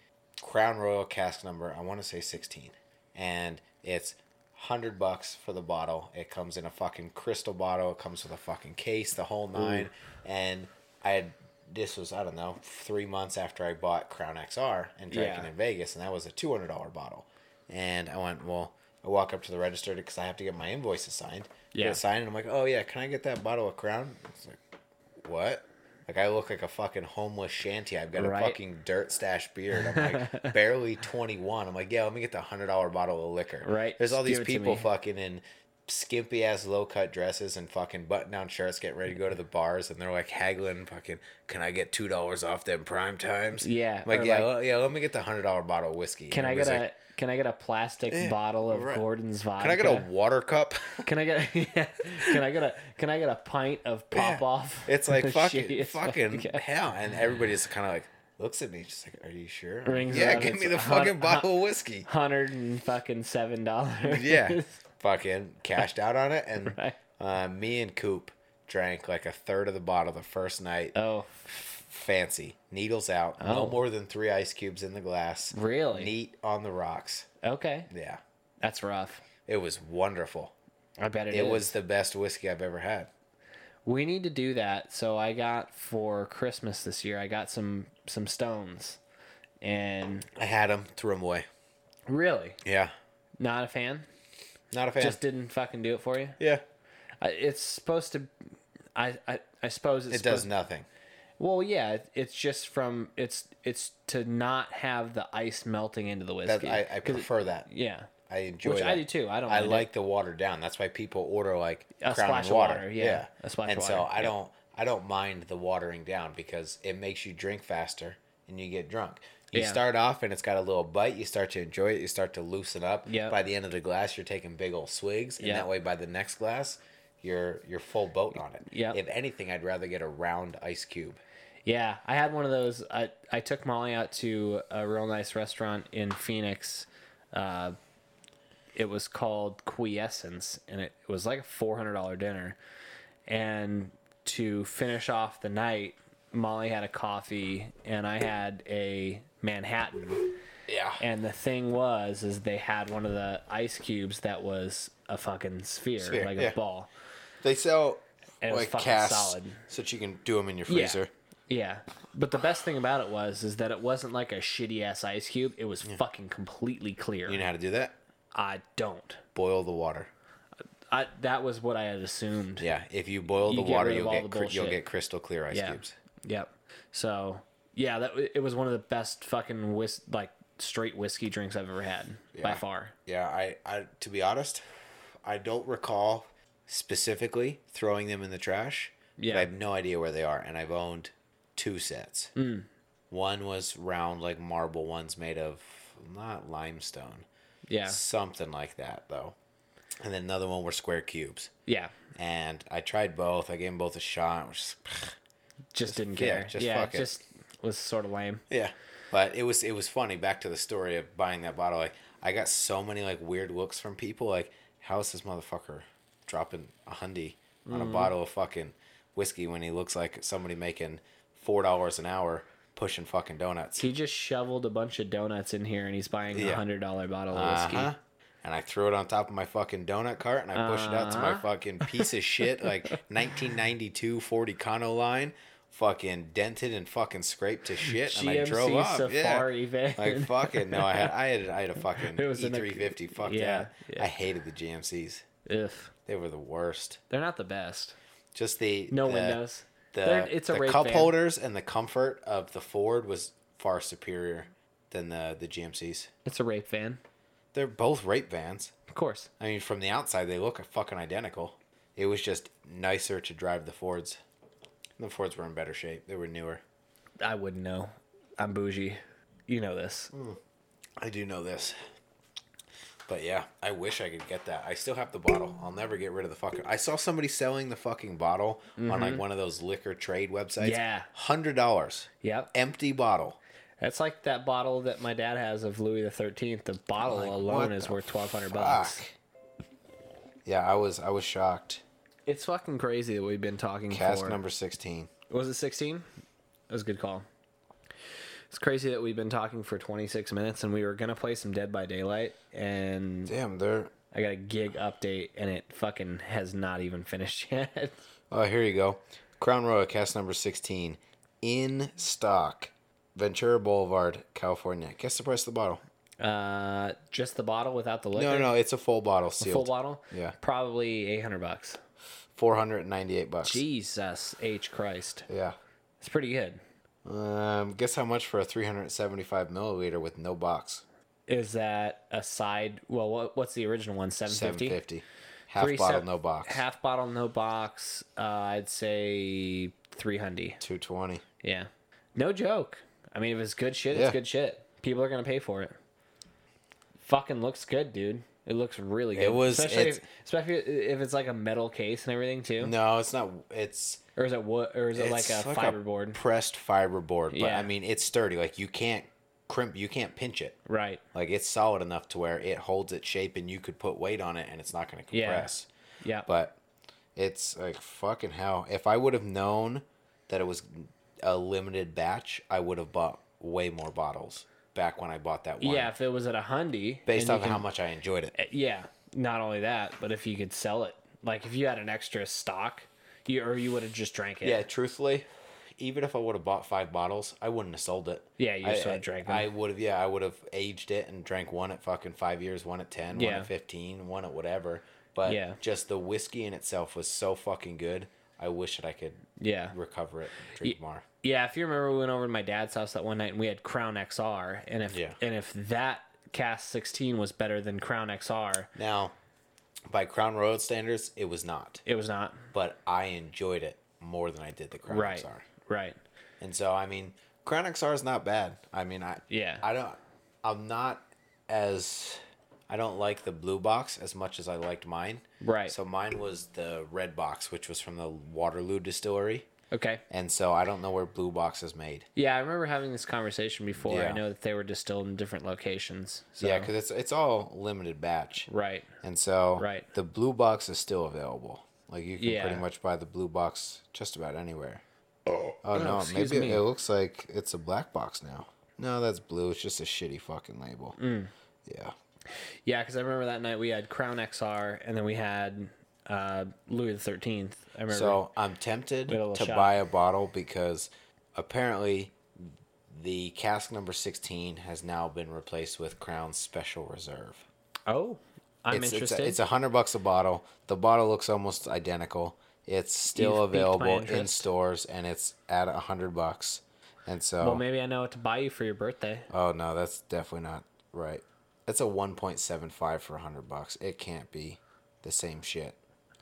S2: Crown Royal cask number. I want to say sixteen, and it's hundred bucks for the bottle. It comes in a fucking crystal bottle. It comes with a fucking case, the whole nine. And I had this was I don't know three months after I bought Crown XR and drank it
S1: Yeah.
S2: in Vegas, and that was a two hundred dollar bottle. And I went well. I walk up to the register because I have to get my invoices signed. Get
S1: Yeah.
S2: it signed, and I'm like, oh yeah, can I get that bottle of Crown? It's like, what? Like I look like a fucking homeless shanty. I've got
S1: Right.
S2: a fucking dirt stash beard. I'm
S1: [LAUGHS]
S2: like barely 21. I'm like, yeah, let me get the hundred dollar bottle of liquor.
S1: Right.
S2: There's all
S1: Just
S2: these
S1: give it to
S2: people
S1: me.
S2: fucking in skimpy ass low cut dresses and fucking button down shirts getting ready to go to the bars and they're like haggling fucking can I get two dollars off them prime times?
S1: Yeah,
S2: I'm like
S1: or
S2: yeah,
S1: like-
S2: le- Uh, yeah, let me get the hundred dollar bottle of whiskey.
S1: can
S2: And
S1: I get
S2: everybody's
S1: a can I get a plastic bottle of
S2: Eh, right.
S1: Gordon's vodka?
S2: like, Can I get a
S1: [LAUGHS]
S2: water cup?
S1: Can I get yeah, can I get a can I get a pint of pop
S2: Yeah.
S1: off?
S2: It's like
S1: [LAUGHS] The
S2: fucking
S1: shittiest
S2: fucking
S1: vodka.
S2: hell, and everybody's kind of like looks at me, just like, "Are you sure?" I'm like,
S1: Rings
S2: yeah,
S1: around,
S2: give
S1: it's
S2: me the
S1: a
S2: fucking
S1: hun-
S2: bottle of whiskey.
S1: hundred and fucking seven dollars. [LAUGHS]
S2: [LAUGHS] Yeah, fucking cashed out on it, and
S1: Right.
S2: uh, me and Coop drank like a third of the bottle the first night.
S1: Oh,
S2: Fancy needles out, no
S1: Oh.
S2: more than three ice cubes in the glass.
S1: Really?
S2: neat on the rocks.
S1: okay.
S2: Yeah,
S1: That's rough.
S2: it was wonderful.
S1: I bet
S2: It was the best whiskey I've ever had.
S1: We need to do that. So I got for Christmas this year. I got some some stones, and
S2: I had them, threw them away.
S1: really
S2: Yeah,
S1: not a fan.
S2: not a fan.
S1: Just didn't fucking do it for you.
S2: yeah,
S1: I- It's supposed to. I I, I suppose it's
S2: it does nothing.
S1: Well, yeah, it, it's just from it's it's to not have the ice melting into the
S2: That,
S1: whiskey.
S2: I, I prefer that.
S1: yeah,
S2: I enjoy
S1: which
S2: that.
S1: I do too. I don't.
S2: I
S1: mind it.
S2: like the watered down. That's why people order like
S1: A
S2: Crown
S1: splash
S2: and
S1: of
S2: water.
S1: water, yeah. A splash
S2: and
S1: of
S2: so
S1: water,
S2: I
S1: yeah.
S2: don't I don't mind the watering down because it makes you drink faster and you get drunk. You
S1: Yeah.
S2: start off and it's got a little bite. You start to enjoy it. You start to loosen up.
S1: Yep.
S2: By the end of the glass, you're taking big old swigs, and
S1: Yep.
S2: that way by the next glass, you're you're full boat on it.
S1: Yep.
S2: If anything, I'd rather get a round ice cube.
S1: Yeah, I had one of those. I I took Molly out to a real nice restaurant in Phoenix. Uh, it was called Quiescence, and it, it was like a four hundred dollar dinner. And to finish off the night, Molly had a coffee, and I had a Manhattan.
S2: Yeah.
S1: And the thing was, is they had one of the ice cubes that was a fucking sphere,
S2: Sphere,
S1: like
S2: yeah.
S1: a ball.
S2: They sell
S1: And it was
S2: like
S1: fucking
S2: casts
S1: solid.
S2: so that you can do them in your
S1: Yeah.
S2: freezer.
S1: Yeah. But the best thing about it was is that it wasn't like a shitty ass ice cube. It was fucking completely clear.
S2: You know how to do that?
S1: I don't.
S2: Boil the water.
S1: I that was what I had assumed.
S2: Yeah, if you boil the
S1: get
S2: water,
S1: rid of
S2: you'll
S1: all
S2: get
S1: the
S2: cr- you'll
S1: bullshit.
S2: get crystal clear ice
S1: Yeah.
S2: cubes.
S1: Yep. So, yeah, that it was one of the best fucking whis- like straight whiskey drinks I've ever had by
S2: Yeah.
S1: far.
S2: Yeah, I, I to be honest, I don't recall specifically throwing them in the trash. but
S1: Yeah.
S2: I have no idea where they are, and I've owned two sets.
S1: Hmm.
S2: One was round like marble. One's made of not limestone,
S1: Yeah.
S2: something like that though. And then another one were square cubes.
S1: Yeah.
S2: And I tried both. I gave them both a shot. It was just- [LAUGHS]
S1: Just, didn't
S2: yeah,
S1: care. Yeah,
S2: just
S1: just
S2: fuck it.
S1: just was sort of lame.
S2: Yeah. But it was it was funny. Back to the story of buying that bottle. Like I got so many like weird looks from people. Like how is this motherfucker dropping a hundy on a bottle of fucking whiskey when he looks like somebody making four dollars an hour pushing fucking donuts.
S1: He just shoveled a bunch of donuts in here and he's buying a
S2: Yeah.
S1: hundred dollar bottle of whiskey.
S2: Uh-huh. And I threw it on top of my fucking donut cart and I pushed it out to my
S1: Uh-huh.
S2: fucking piece of shit, like
S1: [LAUGHS]
S2: 1992 Ford Econo line, fucking dented and fucking scraped to shit. and I
S1: GMC
S2: drove up.
S1: Safari
S2: yeah.
S1: van. [LAUGHS]
S2: Like fucking no, I had I had I had a fucking
S1: It was in a-
S2: E350. Fuck
S1: yeah,
S2: yeah,
S1: yeah.
S2: I hated the GMCs.
S1: If
S2: They were the worst.
S1: they're not the best,
S2: Just the
S1: no
S2: the,
S1: windows. They're-
S2: The
S1: it's a
S2: the
S1: rape
S2: cup
S1: van.
S2: holders and the comfort of the Ford was far superior than the the GMCs.
S1: It's a rape van,
S2: They're both rape vans.
S1: of course.
S2: I mean, from the outside, they look fucking identical. It was just nicer to drive the Fords. The Fords were in better shape. They were newer.
S1: I wouldn't know. I'm bougie. You know this.
S2: I do know this. But yeah, I wish I could get that. I still have the bottle. I'll never get rid of the fucking. I saw somebody selling the fucking bottle on like one of those liquor trade websites.
S1: Yeah.
S2: hundred dollars,
S1: Yep.
S2: empty bottle.
S1: That's like that bottle that my dad has of Louis the Thirteenth. The bottle
S2: Like,
S1: alone
S2: what
S1: is
S2: the
S1: worth twelve hundred bucks.
S2: Fuck. Yeah, I was I was shocked.
S1: It's fucking crazy that we've been talking
S2: Cask
S1: for
S2: number sixteen.
S1: was it sixteen? That was a good call. It's crazy that we've been talking for twenty six minutes and we were gonna play some Dead by Daylight and
S2: Damn, they're.
S1: I got a gig update and it fucking has not even finished [LAUGHS] yet.
S2: Oh, here you go. Crown Royal, cast number 16, in stock. Ventura Boulevard, California. Guess the price of the bottle.
S1: Uh, just the bottle without the liquor.
S2: No, no, it's a full bottle
S1: Full
S2: sealed.
S1: bottle.
S2: Yeah.
S1: Probably eight hundred bucks.
S2: 498 bucks.
S1: Jesus H Christ.
S2: Yeah.
S1: It's pretty good.
S2: Um, guess how much for a 375 milliliter with no box?
S1: Is that a side? Well, what, what's the original one? Seven fifty.
S2: 750. Half bottle, no box.
S1: Half bottle, no box. Uh, I'd say three hundred.
S2: 220.
S1: Yeah. No joke. I mean, if it's good shit,
S2: Yeah.
S1: it's good shit. People are gonna pay for it. Fucking looks good, dude. It looks really good.
S2: was-
S1: especially if,
S2: it's-
S1: especially if it's like a metal case and everything too,
S2: No, it's not. It's
S1: or is it wood, or is it like
S2: it's
S1: a fiberboard?
S2: pressed fiberboard, but
S1: Yeah.
S2: I mean it's sturdy. Like you can't crimp, you can't pinch it.
S1: Right.
S2: Like it's solid enough to where it holds its shape and you could put weight on it and it's not going to
S1: Yeah.
S2: compress.
S1: Yeah.
S2: But it's like fucking hell. If I would have known that it was a limited batch, I would have bought way more bottles back when I bought that one.
S1: yeah. If it was at a hundy, and
S2: Based
S1: you Eh.
S2: off of how much I enjoyed it.
S1: yeah not only that but if you could sell it like if you had an extra stock you or you would have just drank it
S2: Yeah, truthfully, even if I would have bought five bottles, I wouldn't have sold it.
S1: Yeah, you
S2: I-
S1: just
S2: I,
S1: would've drank them.
S2: I would have. Yeah, I would have aged it and drank one at fucking five years, one at ten, one
S1: Yeah.
S2: at fifteen, one at whatever. But
S1: Yeah.
S2: just the whiskey in itself was so fucking good. I wish that I could
S1: yeah
S2: recover it, and drink more.
S1: yeah if you remember we went over to my dad's house that one night and we had crown xr and if
S2: Yeah.
S1: and if that cast 16 was better than crown xr
S2: Now, by Crown Royal standards, it was not,
S1: it was not
S2: but I enjoyed it more than I did the Crown
S1: right
S2: XR.
S1: right
S2: And so, I mean, Crown XR is not bad. I mean, I
S1: Yeah.
S2: I don't, I'm not as, I don't like the blue box as much as I liked mine.
S1: Right.
S2: So mine was the red box, which was from the Waterloo Distillery,
S1: okay
S2: and so I don't know where blue box is made.
S1: yeah i remember having this conversation before i
S2: Yeah.
S1: know that they were distilled in different locations so
S2: Yeah, 'cause Yeah, because it's it's all limited batch.
S1: right
S2: And so
S1: Right.
S2: the blue box is still available. Like you can
S1: Yeah.
S2: pretty much buy the blue box just about anywhere. Oh, no,
S1: excuse
S2: maybe
S1: me.
S2: it looks like it's a black box now. No, that's blue. It's just a shitty fucking label.
S1: Mm.
S2: Yeah.
S1: Yeah, because I remember that night we had Crown XR, and then we had uh, Louis the Thirteenth. I remember.
S2: So I'm tempted
S1: Middle
S2: to
S1: of shop.
S2: buy a bottle because apparently the cask number 16 has now been replaced with Crown Special Reserve.
S1: oh, I'm
S2: it's,
S1: interested.
S2: It's, a, it's a hundred bucks a bottle. The bottle looks almost identical. It's still
S1: You've piqued my
S2: available in
S1: interest.
S2: stores, and it's at a hundred bucks. And so,
S1: well, maybe I know what to buy you for your birthday.
S2: oh no, that's definitely not right. That's a one point seven five for a hundred bucks. It can't be the same shit.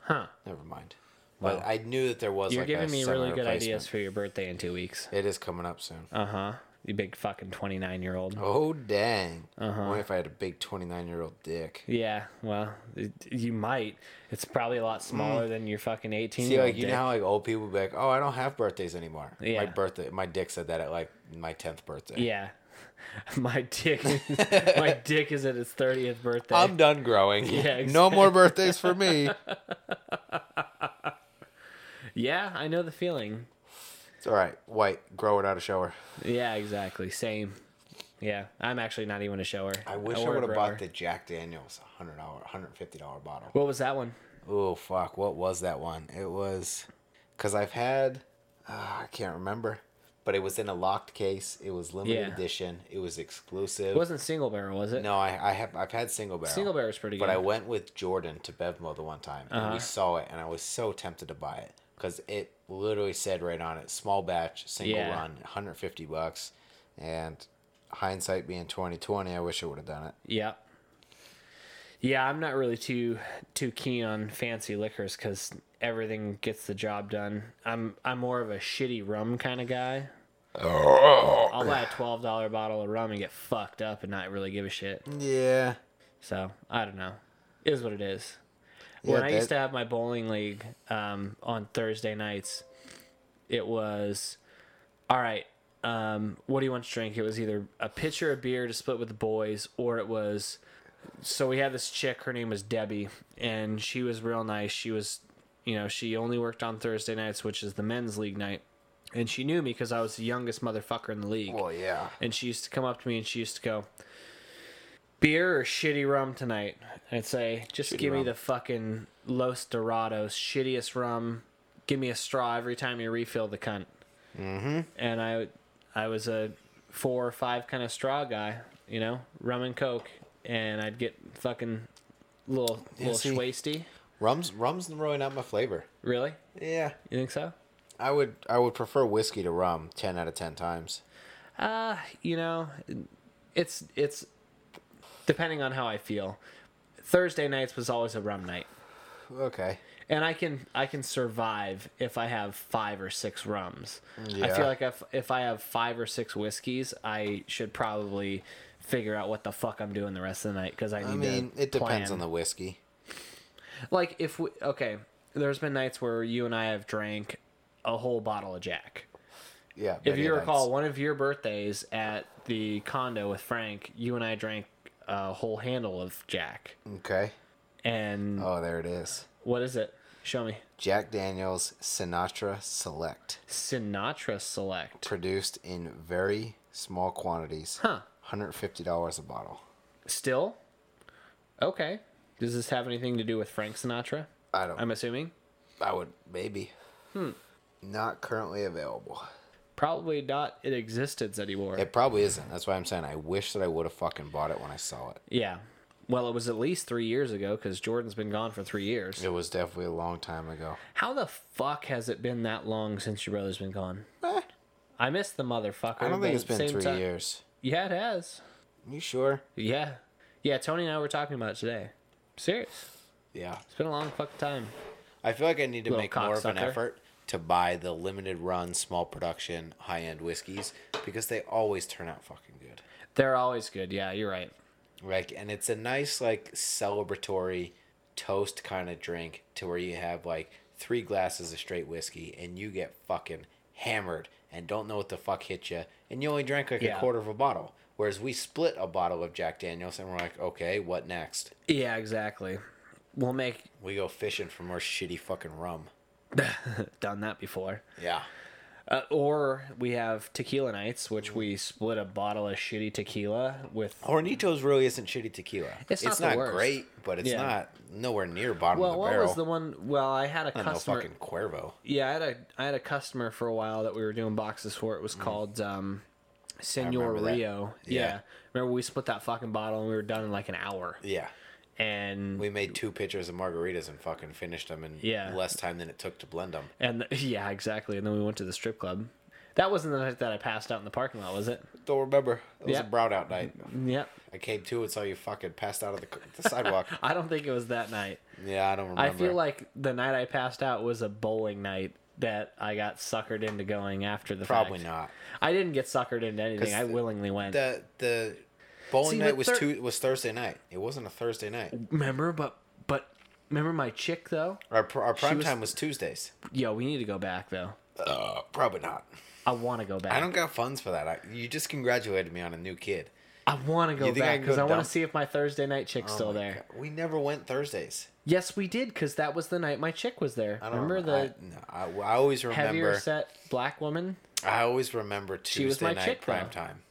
S1: Huh?
S2: Never mind. But I knew that there was.
S1: You're
S2: like a
S1: giving me really good
S2: semi-replacement.
S1: ideas for your birthday in two weeks.
S2: It is coming up soon.
S1: Uh huh. You big fucking twenty nine year old.
S2: Oh dang!
S1: Uh-huh.
S2: What if I had a big twenty nine year old dick?
S1: Yeah. Well, it, you might. It's probably a lot smaller than your fucking eighteen
S2: Hmm. See,
S1: year
S2: like
S1: old.
S2: you know how like old people be like, "Oh, I don't have birthdays anymore."
S1: Yeah.
S2: My birthday, my dick said that at like my tenth birthday.
S1: Yeah. [LAUGHS] My dick.
S2: [LAUGHS]
S1: my dick is at its thirtieth
S2: Um,
S1: birthday.
S2: [LAUGHS] I'm done growing.
S1: Yeah,
S2: [LAUGHS] No more birthdays for me.
S1: Yeah, I know the feeling.
S2: It's all right. White, grow it out of shower.
S1: Yeah, exactly. Same. Yeah, I'm actually not even a shower.
S2: I wish I
S1: were a
S2: would have bought
S1: grower.
S2: the Jack Daniels hundred dollar, hundred fifty dollar bottle.
S1: What was that one?
S2: Oh fuck! What was that one? It was, cause I've had, uh, I can't remember, but it was in a locked case. It was limited
S1: Yeah.
S2: edition. It was exclusive.
S1: It wasn't single barrel, was it?
S2: no, I, I have I've had single barrel.
S1: Single barrel's pretty
S2: But
S1: good.
S2: I went with Jordan to Bevmo the one time, and
S1: Uh-huh.
S2: we saw it, and I was so tempted to buy it because it literally said right on it, small batch, single
S1: Yeah.
S2: run, 150 bucks, and hindsight being 2020, I wish I would have done it.
S1: Yeah. Yeah, I'm not really too too keen on fancy liquors because everything gets the job done. I'm I'm more of a shitty rum kind of guy.
S2: Um,
S1: I'll buy a twelve dollar bottle of rum and get fucked up and not really give a shit.
S2: Yeah.
S1: So I don't know. It is what it is. When
S2: Yeah,
S1: I used
S2: that-
S1: to have my bowling league um, on Thursday nights, it was all right. Um, what do you want to drink? It was either a pitcher of beer to split with the boys, or it was. So we had this chick. Her name was Debbie, and she was real nice. She was, you know, she only worked on Thursday nights, which is the men's league night, and she knew me because I was the youngest motherfucker in the league
S2: Well, yeah.
S1: and she used to come up to me and she used to go, "Beer or shitty rum tonight?" And I'd say, "Just give me
S2: rum.
S1: the fucking Los Dorados, shittiest rum. Give me a straw every time you refill the cunt." Mm-hmm. And I, I was a four or five kind of straw guy, you know, rum and coke, and I'd get fucking little little
S2: see-
S1: schwasty.
S2: Rum's rum's really not my flavor.
S1: Really?
S2: Yeah.
S1: You think so?
S2: I would I would prefer whiskey to rum 10 out of 10 times.
S1: Uh, you know, it's it's depending on how I feel. Thursday nights was always a rum night,
S2: Okay.
S1: and I can I can survive if I have five or six rums. I
S2: Yeah.
S1: feel like if if I have five or six whiskeys, I should probably figure out what the fuck I'm doing the rest of the night because I need.
S2: I mean,
S1: to
S2: it depends
S1: plan.
S2: on the whiskey.
S1: Like if we okay, there's been nights where you and I have drank a whole bottle of Jack.
S2: Yeah.
S1: If
S2: many
S1: you
S2: nights.
S1: recall, one of your birthdays at the condo with Frank, you and I drank a whole handle of Jack.
S2: Okay.
S1: And
S2: Oh, there it is.
S1: what is it? Show me.
S2: Jack Daniels Sinatra Select,
S1: Sinatra Select.
S2: produced in very small quantities.
S1: Huh.
S2: $150 a bottle.
S1: Still? Okay. Does this have anything to do with Frank Sinatra?
S2: I don't
S1: I'm assuming.
S2: I would maybe. Hmm. Not currently available.
S1: Probably not in existence anymore.
S2: It probably isn't. That's why I'm saying I wish that I would have fucking bought it when I saw it.
S1: Yeah. Well, it was at least three years ago because Jordan's been gone for three years.
S2: It was definitely a long time ago.
S1: How the fuck has it been that long since your brother's been gone?
S2: Eh,
S1: I miss the motherfucker.
S2: I don't
S1: but
S2: think it's
S1: at the
S2: been
S1: same
S2: three
S1: ti-
S2: years.
S1: Yeah, it has.
S2: You sure?
S1: Yeah. Yeah, Tony and I were talking about it today. Serious.
S2: Yeah.
S1: It's been a long fucking time.
S2: I feel like I need to
S1: Little
S2: make more of an
S1: cocksucker.
S2: effort to buy the limited run, small production, high end whiskeys because they always turn out fucking good.
S1: They're always good. Yeah, you're right.
S2: Like, and it's a nice, like, celebratory toast kind of drink to where you have like three glasses of straight whiskey and you get fucking hammered and don't know what the fuck hit you. And you only drank like
S1: Yeah.
S2: a quarter of a bottle. Whereas we split a bottle of Jack Daniels and we're like, okay, what next?
S1: Yeah, exactly. We'll make
S2: We go fishing for more shitty fucking rum.
S1: done that before.
S2: Yeah.
S1: Uh, or we have tequila nights, which we split a bottle of shitty tequila with.
S2: Oh, Hornitos really isn't shitty tequila.
S1: It's
S2: It's,
S1: not
S2: not,
S1: the worst.
S2: great, but it's
S1: Yeah.
S2: not nowhere near bottom
S1: Well,
S2: of the
S1: what
S2: barrel.
S1: was the one? Well, I had a
S2: Not
S1: customer.
S2: No fucking Cuervo.
S1: Yeah, I had a I had a customer for a while that we were doing boxes for. It was called um, Senor
S2: Mm. remember that.
S1: Rio. Yeah.
S2: Yeah.
S1: remember we split that fucking bottle and we were done in like an hour.
S2: Yeah.
S1: And
S2: We made two pitchers of margaritas and fucking finished them in
S1: Yeah.
S2: less time than it took to blend them.
S1: And [LAUGHS] yeah, exactly. And then we went to the strip club. That wasn't the night that I passed out in the parking lot, was it?
S2: Don't remember. It was
S1: Yeah.
S2: a brown out night.
S1: Yep.
S2: I came to and saw you fucking passed out of the, the
S1: [LAUGHS]
S2: sidewalk.
S1: I don't think it was that night.
S2: Yeah, I don't remember.
S1: I feel like the night I passed out was a bowling night that I got suckered into going after the
S2: probably
S1: fact.
S2: not.
S1: I didn't get suckered into anything.
S2: 'Cause
S1: I
S2: the-
S1: willingly went.
S2: The the bowling
S1: See,
S2: night
S1: but
S2: was
S1: thir-
S2: two was Thursday night. It wasn't a Thursday night.
S1: remember, but but remember my chick though.
S2: Our pr- our prime
S1: was-
S2: time was Tuesdays.
S1: Yo, we need to go back though.
S2: Uh, probably not.
S1: I want to go back.
S2: I
S1: I,
S2: don't got funds for that. I, you just congratulated me on a new kid.
S1: want to go
S2: You think I
S1: back
S2: can
S1: because
S2: go
S1: I want
S2: dump? Oh
S1: to see if my Thursday night chick's still
S2: my
S1: there.
S2: God. We never went Thursdays.
S1: Yes, we did because that was the night my chick was there.
S2: I don't
S1: Remember the
S2: I, no, I, well, I always
S1: heavier
S2: remember.
S1: set black woman?
S2: I always remember Tuesday
S1: was my
S2: night
S1: chick, though.
S2: prime time.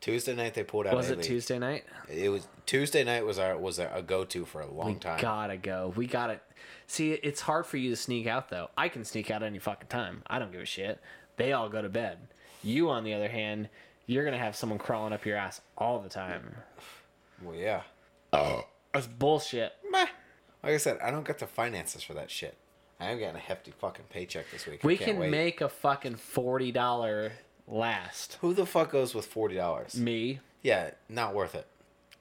S2: Tuesday night they pulled out.
S1: Was it
S2: A-League.
S1: Tuesday night?
S2: It was Tuesday night was our was a, a go to for a long time.
S1: Gotta go. We got it. See, it's hard for you to sneak out though. I can sneak out any fucking time. I don't give a shit. They all go to bed. You, on the other hand, you're gonna have someone crawling up your ass all the time.
S2: Well, yeah.
S1: That's bullshit.
S2: Meh. Like I said, I don't get the finances for that shit. I am getting a hefty fucking paycheck this week. I
S1: We
S2: can't
S1: can
S2: wait.
S1: make a fucking forty dollar last.
S2: Who the fuck goes with forty dollars?
S1: Me,
S2: Yeah, not worth it.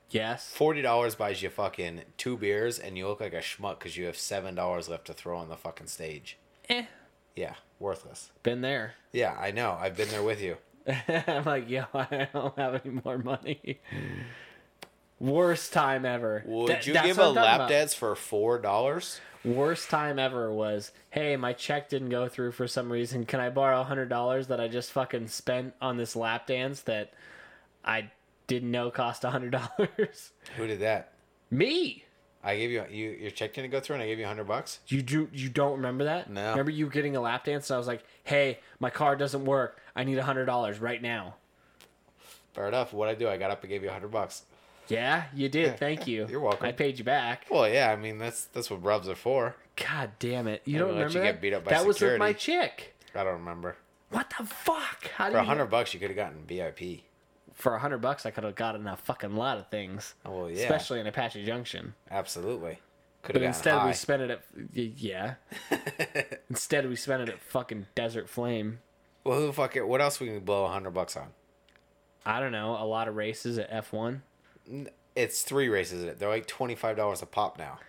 S1: yes.
S2: Forty dollars buys you fucking two beers, and you look like a schmuck because you have seven dollars left to throw on the fucking stage.
S1: Eh,
S2: Yeah, worthless.
S1: been there. [LAUGHS]
S2: Yeah, I know. I've been there with you.
S1: I'm like, yo, [LAUGHS] I don't have any more money. Worst time ever.
S2: Would
S1: That-
S2: you
S1: that's
S2: give
S1: what
S2: a
S1: I'm talking
S2: lap
S1: about.
S2: dance for four dollars?
S1: Worst time ever was, hey, my check didn't go through for some reason. Can I borrow hundred dollars that I just fucking spent on this lap dance that I didn't know cost hundred dollars? [LAUGHS]
S2: Who did that?
S1: Me.
S2: I gave you you your check didn't go through, and I gave you hundred bucks.
S1: You do you don't remember that?
S2: No.
S1: Remember you getting a lap dance and I was like, "Hey, my car doesn't work. I need a hundred dollars right now."
S2: Fair enough. What I do? I got up and gave you hundred bucks.
S1: Yeah, you
S2: [LAUGHS]
S1: did. Thank you.
S2: You're welcome.
S1: I paid you back.
S2: Well, yeah. I mean, that's that's what rubs are for.
S1: God damn it! You don't
S2: let
S1: remember
S2: you
S1: that?
S2: get beat up by
S1: that was with
S2: security.
S1: my chick.
S2: I don't remember.
S1: What the fuck? How did
S2: For
S1: you
S2: a hundred bucks, you could have gotten VIP.
S1: for a hundred bucks? I could have gotten a fucking lot of things.
S2: Oh, well, yeah.
S1: especially in Apache Junction.
S2: Absolutely. Could
S1: But
S2: have gotten
S1: instead,
S2: high.
S1: we spent it at y-
S2: [LAUGHS]
S1: yeah. instead, we spent it at fucking Desert Flame.
S2: well, who the fuck? What else we can blow a hundred bucks on?
S1: I don't know. A lot of races at F one.
S2: It's three races. They're like twenty five dollars a pop now.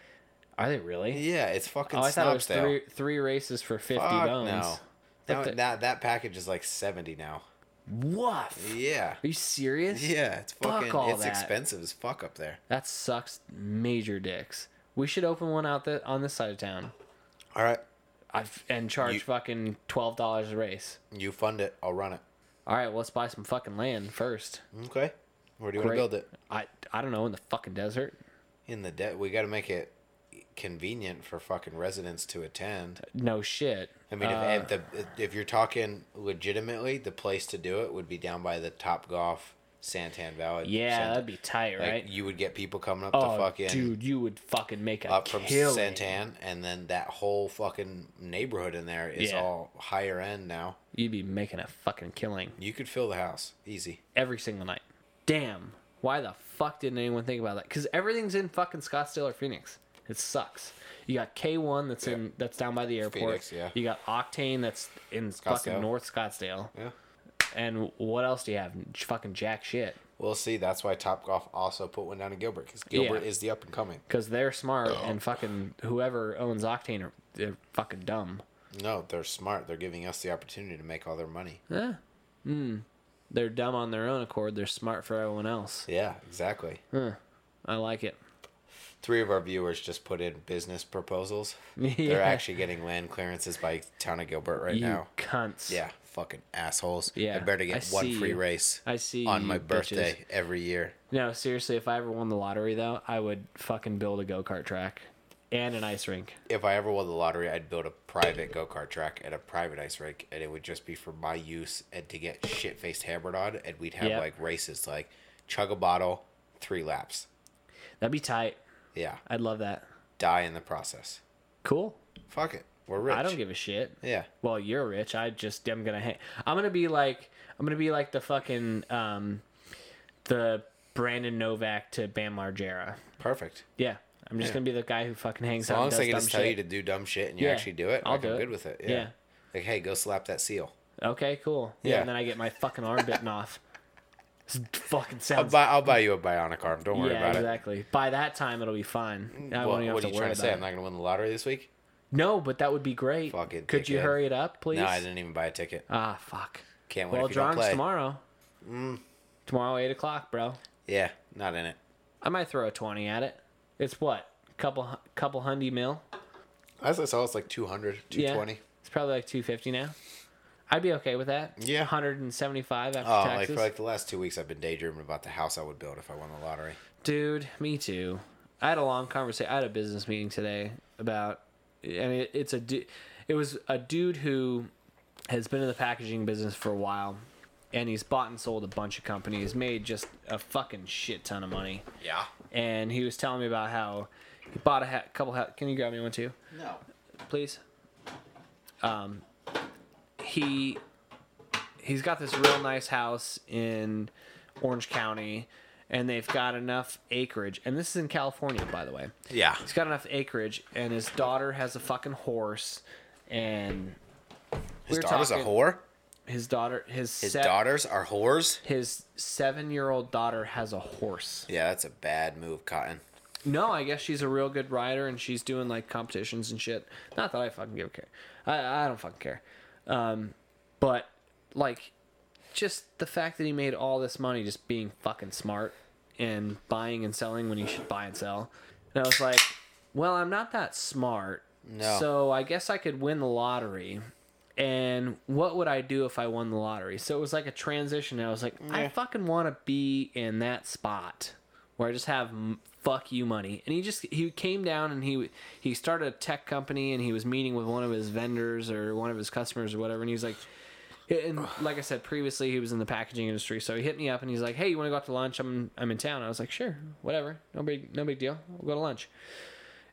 S1: Are they really?
S2: Yeah, it's fucking.
S1: Oh, I thought it
S2: snob
S1: was
S2: style.
S1: three three races for fifty
S2: Fuck
S1: bones.
S2: no.
S1: What
S2: Now,
S1: the-
S2: that that package is like seventy now.
S1: Woof.
S2: Yeah.
S1: Are you serious?
S2: Yeah, it's
S1: Fuck
S2: fucking.
S1: all
S2: it's
S1: that.
S2: expensive as fuck up there.
S1: That sucks. Major dicks. We should open one out the, on this side of town.
S2: All right,
S1: I've, and charge
S2: You-
S1: fucking twelve dollars a race.
S2: you fund it. I'll run it.
S1: All right, well, let's buy some fucking land first.
S2: Okay. Where do you want
S1: Great.
S2: to build it?
S1: I I don't know in the fucking desert.
S2: In the debt, we got to make it convenient for fucking residents to attend.
S1: No shit.
S2: I mean,
S1: Uh,
S2: if, if the if you're talking legitimately, the place to do it would be down by the Top Golf Santan Valley.
S1: yeah,
S2: Sant-
S1: that'd be tight,
S2: like,
S1: right?
S2: you would get people coming up
S1: Oh,
S2: to fucking
S1: dude, you would fucking make a
S2: up from
S1: killing.
S2: Santan, and then that whole fucking neighborhood in there is
S1: Yeah.
S2: all higher end now.
S1: You'd be making a fucking killing
S2: You could fill the house easy.
S1: every single night. Damn, why the fuck didn't anyone think about that? Because everything's in fucking Scottsdale or Phoenix. It sucks. You got K one that's in that's down by the airport.
S2: Phoenix, yeah.
S1: You got Octane that's in fucking
S2: Scottsdale.
S1: North Scottsdale.
S2: Yeah.
S1: And what else do you have? Fucking jack shit.
S2: We'll see. That's why Top Golf also put one down in Gilbert because Gilbert
S1: Yeah.
S2: is the up and coming.
S1: Because they're smart and fucking whoever owns Octane are they're fucking dumb.
S2: No, they're smart. They're giving us the opportunity to make all their money.
S1: Yeah. Mm. They're dumb on their own accord. They're smart for everyone else.
S2: Yeah, exactly.
S1: I like it.
S2: Three of our viewers just put in business proposals.
S1: [LAUGHS] Yeah.
S2: They're actually getting land clearances by town of Gilbert right
S1: You
S2: now.
S1: cunts.
S2: Yeah, fucking assholes.
S1: Yeah,
S2: I better get
S1: I
S2: one
S1: see
S2: free
S1: you.
S2: race
S1: I see
S2: on
S1: you
S2: my
S1: bitches.
S2: birthday every year.
S1: No, seriously, if I ever won the lottery though, I would fucking build a go kart track and an ice rink.
S2: If I ever won the lottery, I'd build a private go kart track at a private ice rink, and it would just be for my use and to get shit faced hammered on. And we'd have
S1: Yep.
S2: like races like chug a bottle, three laps.
S1: That'd be tight.
S2: Yeah,
S1: I'd love that.
S2: die in the process.
S1: Cool.
S2: Fuck it, we're rich.
S1: I don't give a shit.
S2: Yeah,
S1: Well, you're rich. I just am gonna hang. I'm gonna be like I'm gonna be like the fucking um, the Brandon Novak to Bam Margera.
S2: perfect.
S1: Yeah, I'm just gonna be the guy who fucking hangs
S2: As
S1: out.
S2: long
S1: and does
S2: as they can
S1: dumb
S2: just tell
S1: shit.
S2: you to do dumb shit and you
S1: Yeah,
S2: actually do it,
S1: I'll
S2: like,
S1: do
S2: I'm
S1: it.
S2: good with it. Yeah.
S1: Yeah.
S2: Like, hey, go slap that seal.
S1: Okay, cool. Yeah.
S2: Yeah.
S1: and then I get my fucking arm bitten off. This fucking
S2: I'll
S1: sounds.
S2: buy, I'll buy you a bionic arm. Don't worry
S1: yeah,
S2: about
S1: exactly. By that time, it'll be fine. I
S2: it. What,
S1: won't even have
S2: what
S1: to
S2: are you
S1: worry
S2: trying
S1: about
S2: to say? I'm
S1: it.
S2: not going to win the lottery this week?
S1: No, but that would be great.
S2: Fucking
S1: Could you
S2: dickhead.
S1: hurry it up, please?
S2: No, I didn't even buy a ticket.
S1: Ah, fuck.
S2: Can't win
S1: Well,
S2: if you don't
S1: drawings
S2: play. Mm.
S1: tomorrow. Tomorrow, eight o'clock, bro.
S2: Yeah, not in it.
S1: I might throw a twenty at it. It's what couple hu- couple hundy mil.
S2: As I saw, it's like 200,
S1: Yeah,
S2: 220.
S1: it's probably like two fifty now. I'd be okay with that.
S2: Yeah.
S1: hundred and seventy five after
S2: Oh, like
S1: taxes.
S2: for like the last two weeks, I've been daydreaming about the house I would build if I won the lottery.
S1: Dude, me too. I had a long conversation. I had a business meeting today about, and it, it's a, du- it was a dude who has been in the packaging business for a while, and he's bought and sold a bunch of companies, made just a fucking shit ton of money,
S2: Yeah.
S1: and he was telling me about how he bought a ha- couple. Ha- Can you grab me one too?
S2: No.
S1: please. Um, he he's got this real nice house in Orange County, and they've got enough acreage. And this is in California, by the way.
S2: Yeah.
S1: He's got enough acreage, and his daughter has a fucking horse, and
S2: His
S1: we're
S2: daughter's
S1: talking-
S2: a whore.
S1: His daughter, his
S2: His
S1: se-
S2: daughters are whores.
S1: his seven-year-old daughter has a horse.
S2: Yeah, that's a bad move, Cotton.
S1: No, I guess she's a real good rider, and she's doing like competitions and shit. Not that I fucking give a care. I I don't fucking care. But like just the fact that he made all this money just being fucking smart and buying and selling when he should buy and sell. And I was like, well, I'm not that smart.
S2: No.
S1: So I guess I could win the lottery. And what would I do if I won the lottery? So it was like a transition. I was like, I fucking want to be in that spot where I just have m- fuck you money. And he just he came down and he he started a tech company and he was meeting with one of his vendors or one of his customers or whatever. And he's like, and like I said previously, he was in the packaging industry, so he hit me up and he's like, "Hey, you want to go out to lunch? I'm I'm in town." I was like, "Sure, whatever, no big no big deal. We'll go to lunch."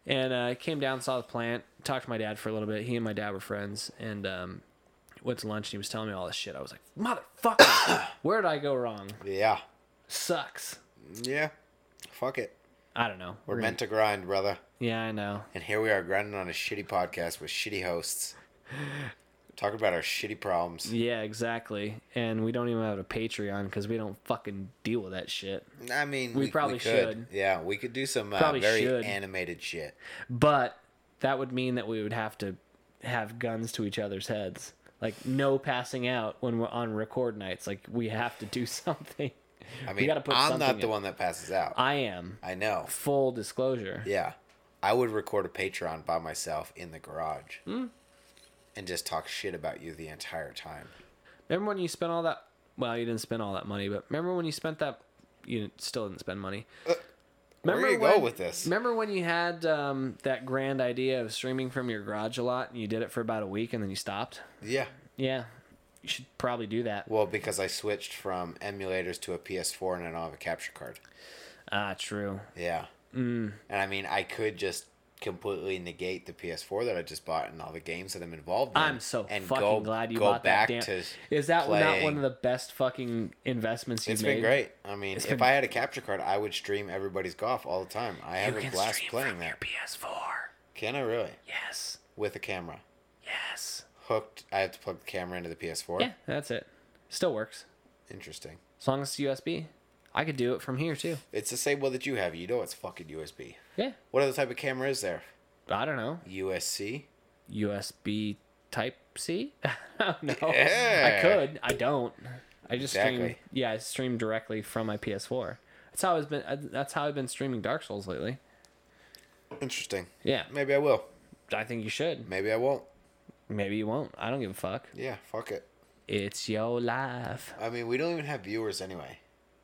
S1: And uh, I came down, saw the plant, talked to my dad for a little bit. He and my dad were friends, and um, went to lunch. And he was telling me all this shit. I was like, "Motherfucker, [COUGHS] where did I go wrong?
S2: Yeah.
S1: Sucks.
S2: Yeah. Fuck it.
S1: I don't know."
S2: We're meant to grind, brother.
S1: yeah, I know.
S2: And here we are grinding on a shitty podcast with shitty [LAUGHS] hosts. Talking about our shitty problems.
S1: Yeah, exactly. And we don't even have a Patreon because we don't fucking deal with that shit.
S2: I mean,
S1: We probably
S2: could.
S1: should.
S2: Yeah, we could do some uh,
S1: Probably
S2: very
S1: should.
S2: animated shit.
S1: But that would mean that we would have to have guns to each other's heads. Like no passing out when we're on record nights. Like we have to do [LAUGHS] something.
S2: I
S1: we
S2: mean,
S1: gotta put
S2: I'm
S1: something
S2: not the
S1: in. Uh,
S2: one that passes out.
S1: I am.
S2: I know.
S1: Full disclosure.
S2: Yeah. I would record a Patreon by myself in the garage
S1: Hmm.
S2: and just talk shit about you the entire time.
S1: Remember when you spent all that? Well, you didn't spend all that money, but remember when you spent that? You still didn't spend money.
S2: Uh, Where do you
S1: when,
S2: go with this?
S1: Remember when you had um, that grand idea of streaming from your garage a lot, and you did it for about a week, and then you stopped?
S2: Yeah.
S1: Yeah, you should probably do that.
S2: Well, because I switched from emulators to a PS4 and I don't have a capture card.
S1: Ah, true.
S2: Yeah. Mm. And I mean, I could just completely negate the PS4 that I just bought and all the games that I'm involved in.
S1: I'm so
S2: and
S1: fucking
S2: go,
S1: glad you
S2: go
S1: bought
S2: back
S1: that. Damn,
S2: to
S1: is that not
S2: playing.
S1: one of the best fucking investments you've
S2: It's
S1: made?
S2: been great. I mean, if
S1: been-
S2: I had a capture card, I would stream everybody's golf all the time. I
S1: You
S2: have a
S1: can
S2: blast
S1: stream
S2: playing
S1: from your
S2: that.
S1: PS4.
S2: Can I really?
S1: Yes,
S2: With a camera.
S1: yes.
S2: Hooked. I have to plug the camera into the PS4.
S1: Yeah, that's it. Still works
S2: Interesting.
S1: as long as it's USB. I could do it from here too.
S2: It's the same one that you have. You know it's fucking USB.
S1: Yeah,
S2: What other type of camera is there?
S1: I don't know.
S2: USC?
S1: USB Type C. [LAUGHS] Oh, no,
S2: Yeah.
S1: I could. I don't. I just stream.
S2: Exactly.
S1: Yeah, I stream directly from my PS4. That's how I've been. uh, That's how I've been streaming Dark Souls lately.
S2: Interesting.
S1: Yeah,
S2: Maybe I will.
S1: I think you should.
S2: Maybe I won't.
S1: Maybe you won't. I don't give a fuck.
S2: Yeah, fuck it.
S1: It's your life.
S2: I mean, we don't even have viewers anyway.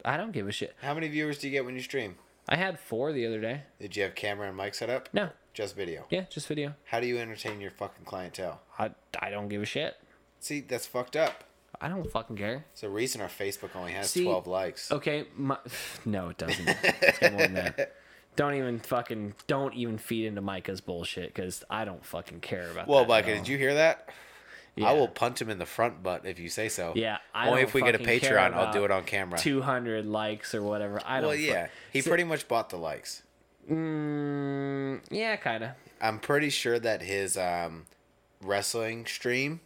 S1: I don't give a shit.
S2: How many viewers do you get when you stream?
S1: I had four the other day.
S2: Did you have camera and mic set up?
S1: No.
S2: Just video.
S1: Yeah, just video.
S2: How do you entertain your fucking clientele?
S1: I, I don't give a shit.
S2: See, that's fucked up.
S1: I don't fucking care.
S2: It's the reason our Facebook only has
S1: See-
S2: 12 likes.
S1: Okay, my, [SIGHS] no, it doesn't. It's got more than
S2: [LAUGHS]
S1: that. Don't even fucking don't even feed into Micah's bullshit because I don't fucking care about.
S2: Well,
S1: that at
S2: Micah,
S1: all.
S2: did you hear that?
S1: Yeah.
S2: I will punt him in the front butt if you say so.
S1: Yeah, I
S2: Only
S1: don't
S2: if we get a
S1: fucking care
S2: Patreon, I'll
S1: about
S2: do it on camera.
S1: 200 likes or whatever. I don't.
S2: well,
S1: fu-
S2: yeah. He pretty much bought the likes.
S1: Mm, yeah, kind of.
S2: I'm pretty sure that his um, wrestling stream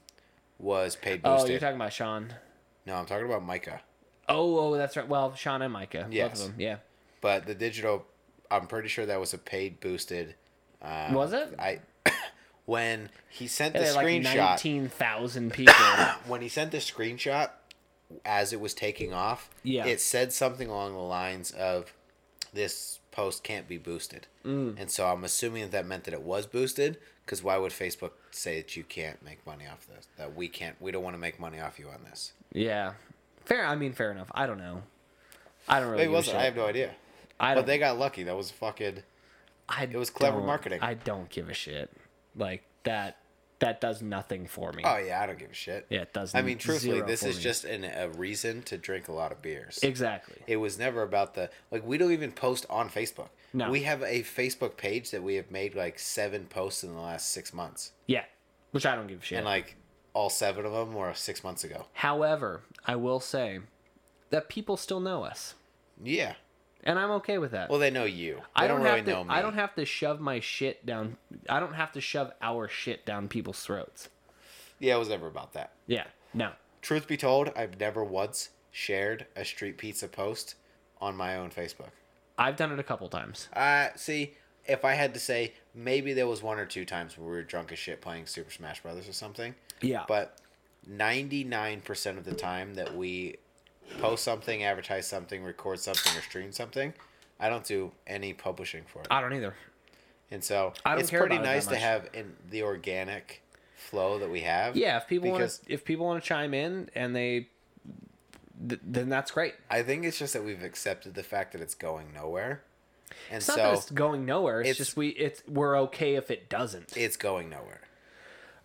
S2: was paid
S1: Oh,
S2: boosted.
S1: you're talking about Sean.
S2: no, I'm talking about Micah.
S1: Oh, oh, that's right. Well, Sean and Micah, both
S2: Yes.
S1: of them. Yeah.
S2: But the digital, I'm pretty sure that was a paid boosted. Um,
S1: Was it?
S2: I [COUGHS] when he sent the
S1: They're like
S2: screenshot
S1: 19,000 people.
S2: [COUGHS] when he sent the screenshot as it was taking off.
S1: Yeah.
S2: it said something along the lines of this post can't be boosted, mm. and so I'm assuming that that meant that it was boosted. Because why would Facebook say that you can't make money off this? That we can't, we don't want to make money off you on this.
S1: yeah. Fair. I mean, fair enough. I don't know. I don't really.
S2: Maybe
S1: give
S2: it
S1: a
S2: wasn't. I
S1: shit.
S2: have no idea.
S1: I
S2: But
S1: don't.
S2: they got lucky. That was fucking.
S1: I it
S2: was clever marketing.
S1: I don't give a shit. Like that that does nothing for me.
S2: Oh yeah, I don't give a shit.
S1: Yeah, it does.
S2: I mean, truthfully,
S1: Mm, zero
S2: this
S1: for
S2: is
S1: me.
S2: just an, a reason to drink a lot of beers.
S1: exactly.
S2: It was never about the like we don't even post on Facebook.
S1: No.
S2: We have a Facebook page that we have made like seven posts in the last six months.
S1: Yeah, which I don't give a shit.
S2: And uh, like all seven of them were six months ago.
S1: However, I will say that people still know us,
S2: Yeah.
S1: and I'm okay with that.
S2: Well they know you. They
S1: I don't,
S2: really
S1: have to,
S2: know me.
S1: I don't have to shove my shit down. I don't have to shove our shit down people's throats.
S2: Yeah, it was never about that.
S1: Yeah, no.
S2: Truth be told, I've never once shared a street pizza post on my own Facebook.
S1: I've done it a couple times.
S2: Uh see, if I had to say, maybe there was one or two times where we were drunk as shit playing Super Smash Brothers or something.
S1: Yeah,
S2: But 99% of the time that we post something, advertise something, record something, or stream something, I don't do any publishing for it.
S1: I don't either.
S2: And so
S1: I don't
S2: it's
S1: care
S2: pretty
S1: about it that
S2: nice to
S1: much.
S2: have in the organic flow that we have.
S1: Yeah, if people want
S2: because
S1: to, if people want to chime in and they, th- then that's great.
S2: I think it's just that we've accepted the fact that it's going nowhere. And
S1: It's
S2: so
S1: not that it's going nowhere. It's,
S2: it's-
S1: just we it's we're okay if it doesn't.
S2: it's going nowhere.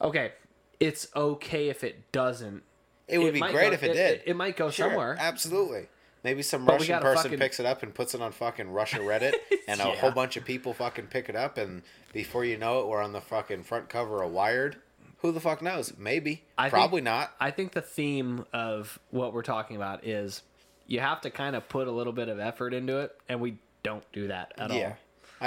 S1: okay, it's okay if it doesn't.
S2: It would be
S1: might
S2: great
S1: go-
S2: if it, did.
S1: It, might go
S2: Sure,
S1: somewhere.
S2: Absolutely. Maybe some
S1: we
S2: Russian
S1: gotta
S2: person
S1: fucking-
S2: picks it up and puts it on fucking
S1: [LAUGHS]
S2: Russia Reddit, and a
S1: Yeah.
S2: whole bunch of people fucking pick it up, and before you know it, we're on the fucking front cover of Wired. Who the fuck knows? Maybe.
S1: I think-
S2: Probably not.
S1: I think the theme of what we're talking about is you have to kind of put a little bit of effort into it, and we don't do that at
S2: Yeah.
S1: all.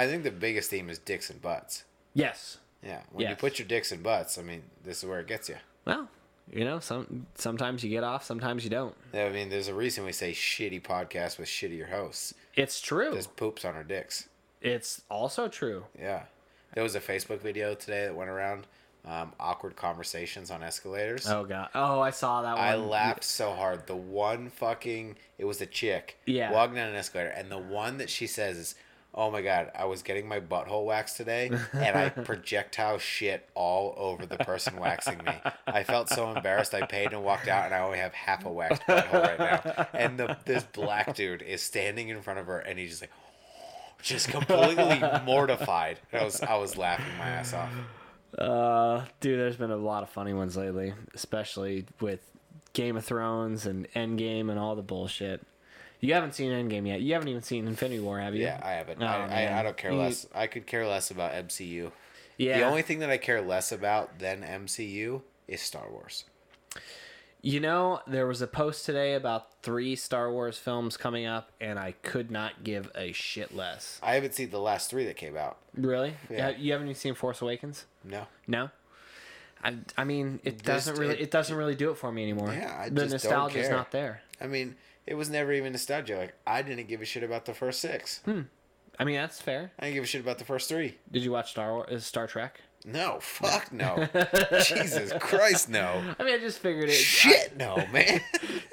S2: I think the biggest theme is dicks and butts.
S1: Yes.
S2: Yeah. When you
S1: Yes.
S2: put your dicks and butts, I mean, this is where it gets you.
S1: Well, you know, some sometimes you get off, sometimes you don't.
S2: I mean, there's a reason we say shitty podcast with shittier hosts.
S1: It's true.
S2: There's poops on our dicks.
S1: It's also true.
S2: Yeah. There was a Facebook video today that went around um, awkward conversations on escalators.
S1: Oh god. Oh, I saw that one.
S2: I laughed so hard. The one fucking it was a chick.
S1: Yeah.
S2: Walking down an escalator, and the one that she says is, "Oh my god, I was getting my butthole waxed today,
S1: [LAUGHS]
S2: and I projectile shit all over the person waxing me. I felt so embarrassed. I paid and walked out, and I only have half a waxed butthole right now. And the, this black dude is standing in front of her, and he's just like." [GASPS]
S1: [LAUGHS]
S2: Just completely mortified. I was I was laughing my ass off.
S1: Uh, dude, there's been a lot of funny ones lately, especially with Game of Thrones and Endgame and all the bullshit. You haven't seen Endgame yet. You haven't even seen Infinity War, have you?
S2: Yeah, I haven't.
S1: Oh,
S2: I, I, I
S1: man.
S2: don't care
S1: You-
S2: less. I could care less about MCU.
S1: Yeah.
S2: The only thing that I care less about than MCU is Star Wars.
S1: You know, there was a post today about three Star Wars films coming up, and I could not give a shit less.
S2: I haven't seen the last three that came out.
S1: Really?
S2: Yeah.
S1: Yeah. You haven't even seen Force Awakens?
S2: No.
S1: No. I, I mean, it doesn't really
S2: it-
S1: it, doesn't really do it for me anymore.
S2: Yeah, I
S1: the
S2: just don't
S1: nostalgia's
S2: care.
S1: not there.
S2: I mean, it was never even nostalgia. Like I didn't give a shit about the first six.
S1: Hmm. I mean, that's fair.
S2: I didn't give a shit about the first three.
S1: Did you watch Star War, uh, Star Trek?
S2: No,
S1: [LAUGHS]
S2: fuck no. Jesus Christ, no.
S1: I mean, I just figured it.
S2: [LAUGHS] Shit, no,
S1: [LAUGHS]
S2: man.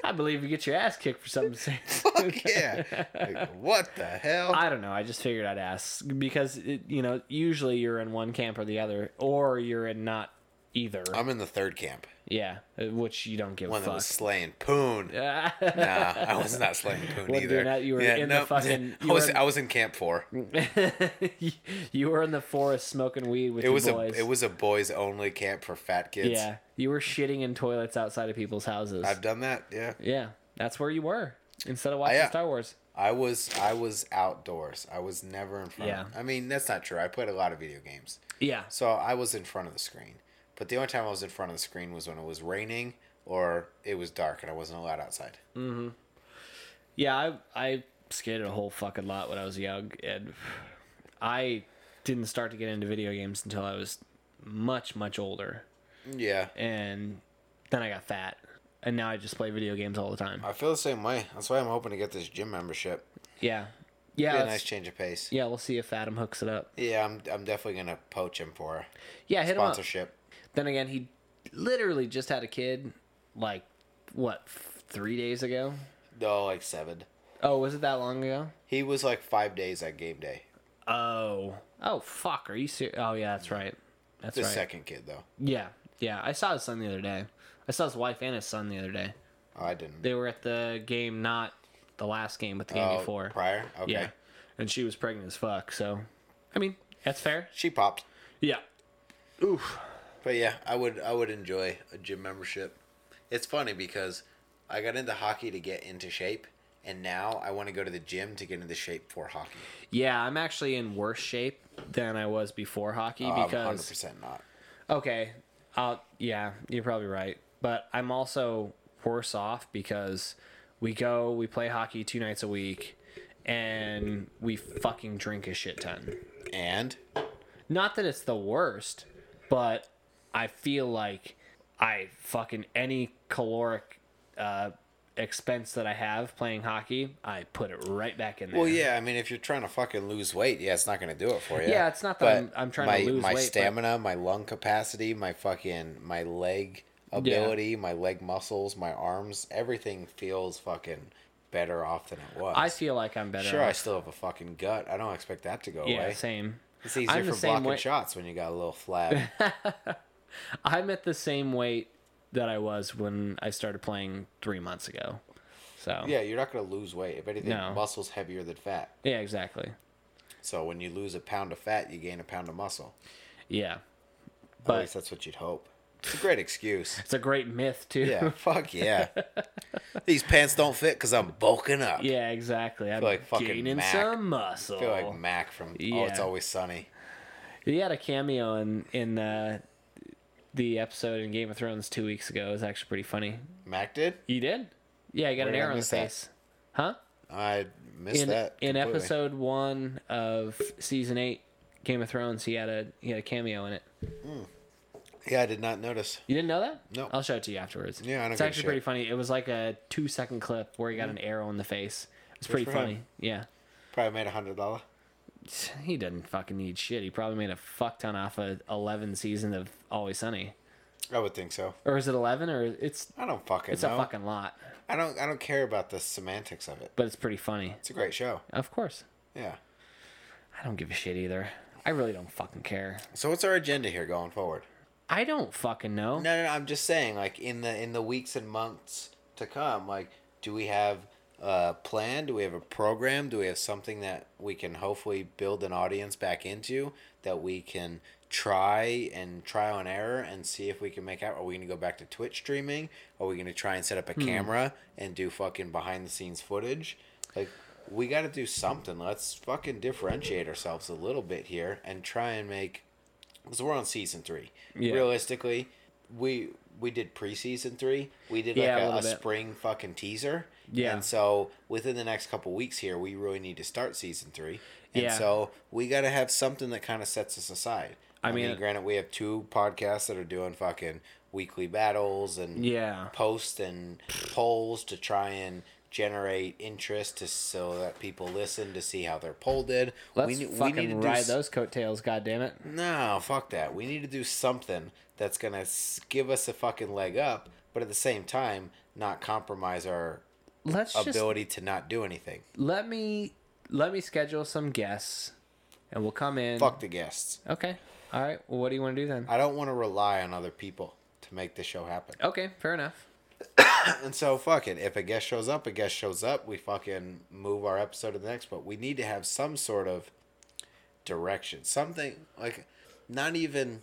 S1: I believe you get your ass kicked for something. to say.
S2: [LAUGHS] Fuck yeah. Like, what the hell?
S1: [LAUGHS] I don't know. I just figured I'd ask because it, you know usually you're in one camp or the other, or you're in not either.
S2: I'm in the third camp.
S1: yeah, uh, which you don't give a
S2: One that
S1: fuck.
S2: was slaying Poon. Nah, I was not slaying Poon
S1: Wasn't
S2: either.
S1: doing that. You were in the fucking-
S2: [LAUGHS] I
S1: you
S2: was
S1: were in-
S2: I was in camp four.
S1: You- [LAUGHS] you were in the forest smoking weed with
S2: It
S1: your
S2: was
S1: boys.
S2: a it was a boys only camp for fat kids.
S1: yeah, you were shitting in toilets outside of people's houses.
S2: I've done that. Yeah,
S1: yeah, that's where you were instead of watching
S2: yeah.
S1: Star Wars.
S2: I was I was outdoors. I was never in front.
S1: Yeah.
S2: Of, I mean that's not true. I played a lot of video games,
S1: Yeah,
S2: so I was in front of the screen. But the only time I was in front of the screen was when it was raining or it was dark and I wasn't allowed outside.
S1: Mm. Yeah, I I skated a whole fucking lot when I was young, and I didn't start to get into video games until I was much much older,
S2: Yeah,
S1: and then I got fat, and now I just play video games all the time.
S2: I feel the same way. That's why I'm hoping to get this gym membership.
S1: Yeah,
S2: Be
S1: yeah,
S2: a
S1: let's-
S2: nice change of pace. Yeah,
S1: yeah. We'll see if Adam hooks it up.
S2: I'm I'm definitely gonna poach him for
S1: Yeah, hit him up.
S2: sponsorship.
S1: Then again, he literally just had a kid, like what f- three days ago?
S2: No, like seven.
S1: Oh, was it that long ago?
S2: He was like five days at game day.
S1: Oh, oh fuck, are you serious? Oh yeah, that's right. That's
S2: The
S1: right. Mm.
S2: second kid though.
S1: Yeah, yeah. I saw his son the other day. I saw his wife and his son the other day.
S2: Oh, I didn't.
S1: They were at the game, not the last game, but the game
S2: Oh,
S1: before.
S2: Prior? Okay.
S1: Yeah, and she was pregnant as fuck. So I mean, that's fair.
S2: She popped.
S1: Yeah. Oof.
S2: But yeah, I would I would enjoy a gym membership. It's funny because I got into hockey to get into shape, and now I want to go to the gym to get into shape for hockey.
S1: Yeah, I'm actually in worse shape than I was before hockey
S2: I'm
S1: because
S2: 100% not.
S1: Okay. Uh, yeah, you're probably right. But I'm also worse off because we go, we play hockey two nights a week, and we fucking drink a shit ton.
S2: And
S1: Not that it's the worst, but I feel like I fucking any caloric uh, expense that I have playing hockey, I put it right back in there.
S2: well, yeah, I mean, if you're trying to fucking lose weight, yeah, it's not going to do it for you.
S1: Yeah, it's not that
S2: But
S1: I'm- I'm trying to
S2: my,
S1: lose
S2: my
S1: weight, but-
S2: stamina, my lung capacity, my fucking my leg ability, my leg muscles, my arms, everything feels fucking better off than it was.
S1: I feel like I'm better.
S2: sure I
S1: off.
S2: still have a fucking gut. I don't expect that to go
S1: yeah,
S2: away.
S1: same.
S2: It's easier
S1: I'm the
S2: for
S1: same
S2: blocking
S1: way-
S2: shots when you got a
S1: [LAUGHS]
S2: little flat.
S1: I'm at the same weight that I was when I started playing three months ago. So yeah,
S2: yeah, you're not gonna lose weight. If anything,
S1: No.
S2: muscle's heavier than fat.
S1: exactly.
S2: So when you lose a pound of fat, you gain a pound of muscle.
S1: Yeah,
S2: At
S1: but
S2: least that's what you'd hope. It's a
S1: [LAUGHS]
S2: great excuse.
S1: it's a great myth too.
S2: Yeah, fuck yeah. These pants don't fit because I'm bulking
S1: [LAUGHS]
S2: up.
S1: Yeah, exactly. I'm
S2: like fucking
S1: gaining
S2: Mac.
S1: some muscle.
S2: I feel like Mac from Oh,
S1: Yeah.
S2: it's always sunny.
S1: he had a cameo in in the the episode in Game of Thrones two weeks ago. It was actually pretty funny.
S2: Mac did.
S1: You did? Yeah, he got
S2: Where
S1: an
S2: did I
S1: arrow in the
S2: miss that?
S1: face. Huh?
S2: I missed
S1: in
S2: that.
S1: in
S2: completely.
S1: episode one of season eight, Game of Thrones, he had a he had a cameo in it.
S2: Yeah, I did not notice.
S1: You didn't know that?
S2: No.
S1: I'll show it to you afterwards.
S2: Yeah, I don't
S1: It's
S2: give a
S1: actually
S2: shit. Mm.
S1: pretty funny. It was like a two second clip where he got an arrow in the face. It's pretty
S2: for him.
S1: funny. Yeah.
S2: Probably made a hundred dollar.
S1: He doesn't fucking need shit. He probably made a fuck ton off of eleven season of Always Sunny.
S2: I would think so.
S1: Or is it eleven or it's
S2: I don't fucking
S1: it's
S2: know.
S1: a fucking lot.
S2: I don't. I don't care about the semantics of it.
S1: But it's pretty funny.
S2: It's a great show.
S1: Of course.
S2: Yeah.
S1: I don't give a shit either. I really don't fucking care.
S2: So what's our agenda here going forward?
S1: I don't fucking know.
S2: No, no, no, I'm just saying, like in the in the weeks and months to come, like, do we have a plan? Do we have a program? Do we have something that we can hopefully build an audience back into that we can try and trial and error and see if we can make out? Are we gonna go back to Twitch streaming? Are we gonna try and set up a camera and do fucking behind the scenes footage? Like. We got to do something. Let's fucking differentiate ourselves a little bit here and try and make because we're on season three.
S1: Yeah.
S2: Realistically, we we did preseason three. We did like
S1: Yeah, a
S2: a, a,
S1: little bit.
S2: spring fucking teaser.
S1: Yeah.
S2: And so within the next couple weeks here, we really need to start season three. And
S1: Yeah.
S2: so we got to have something that kind of sets us aside.
S1: I mean-
S2: granted, we have two podcasts that are doing fucking weekly battles and
S1: Yeah.
S2: posts and polls to try and generate interest to so that people listen to see how their poll did.
S1: Let's
S2: ne-
S1: fucking
S2: do
S1: ride
S2: s-
S1: those coattails, goddammit.
S2: no, fuck that. We need to do something that's gonna s- give us a fucking leg up, but at the same time, not compromise our
S1: Let's just
S2: ability to not do anything.
S1: let me let me schedule some guests and we'll come in
S2: Fuck the guests.
S1: okay all right well, what do you want to do then
S2: I don't want to rely on other people to make the show happen.
S1: okay fair enough
S2: And so, fuck it. If a guest shows up, a guest shows up. We fucking move our episode to the next. But we need to have some sort of direction, something like not even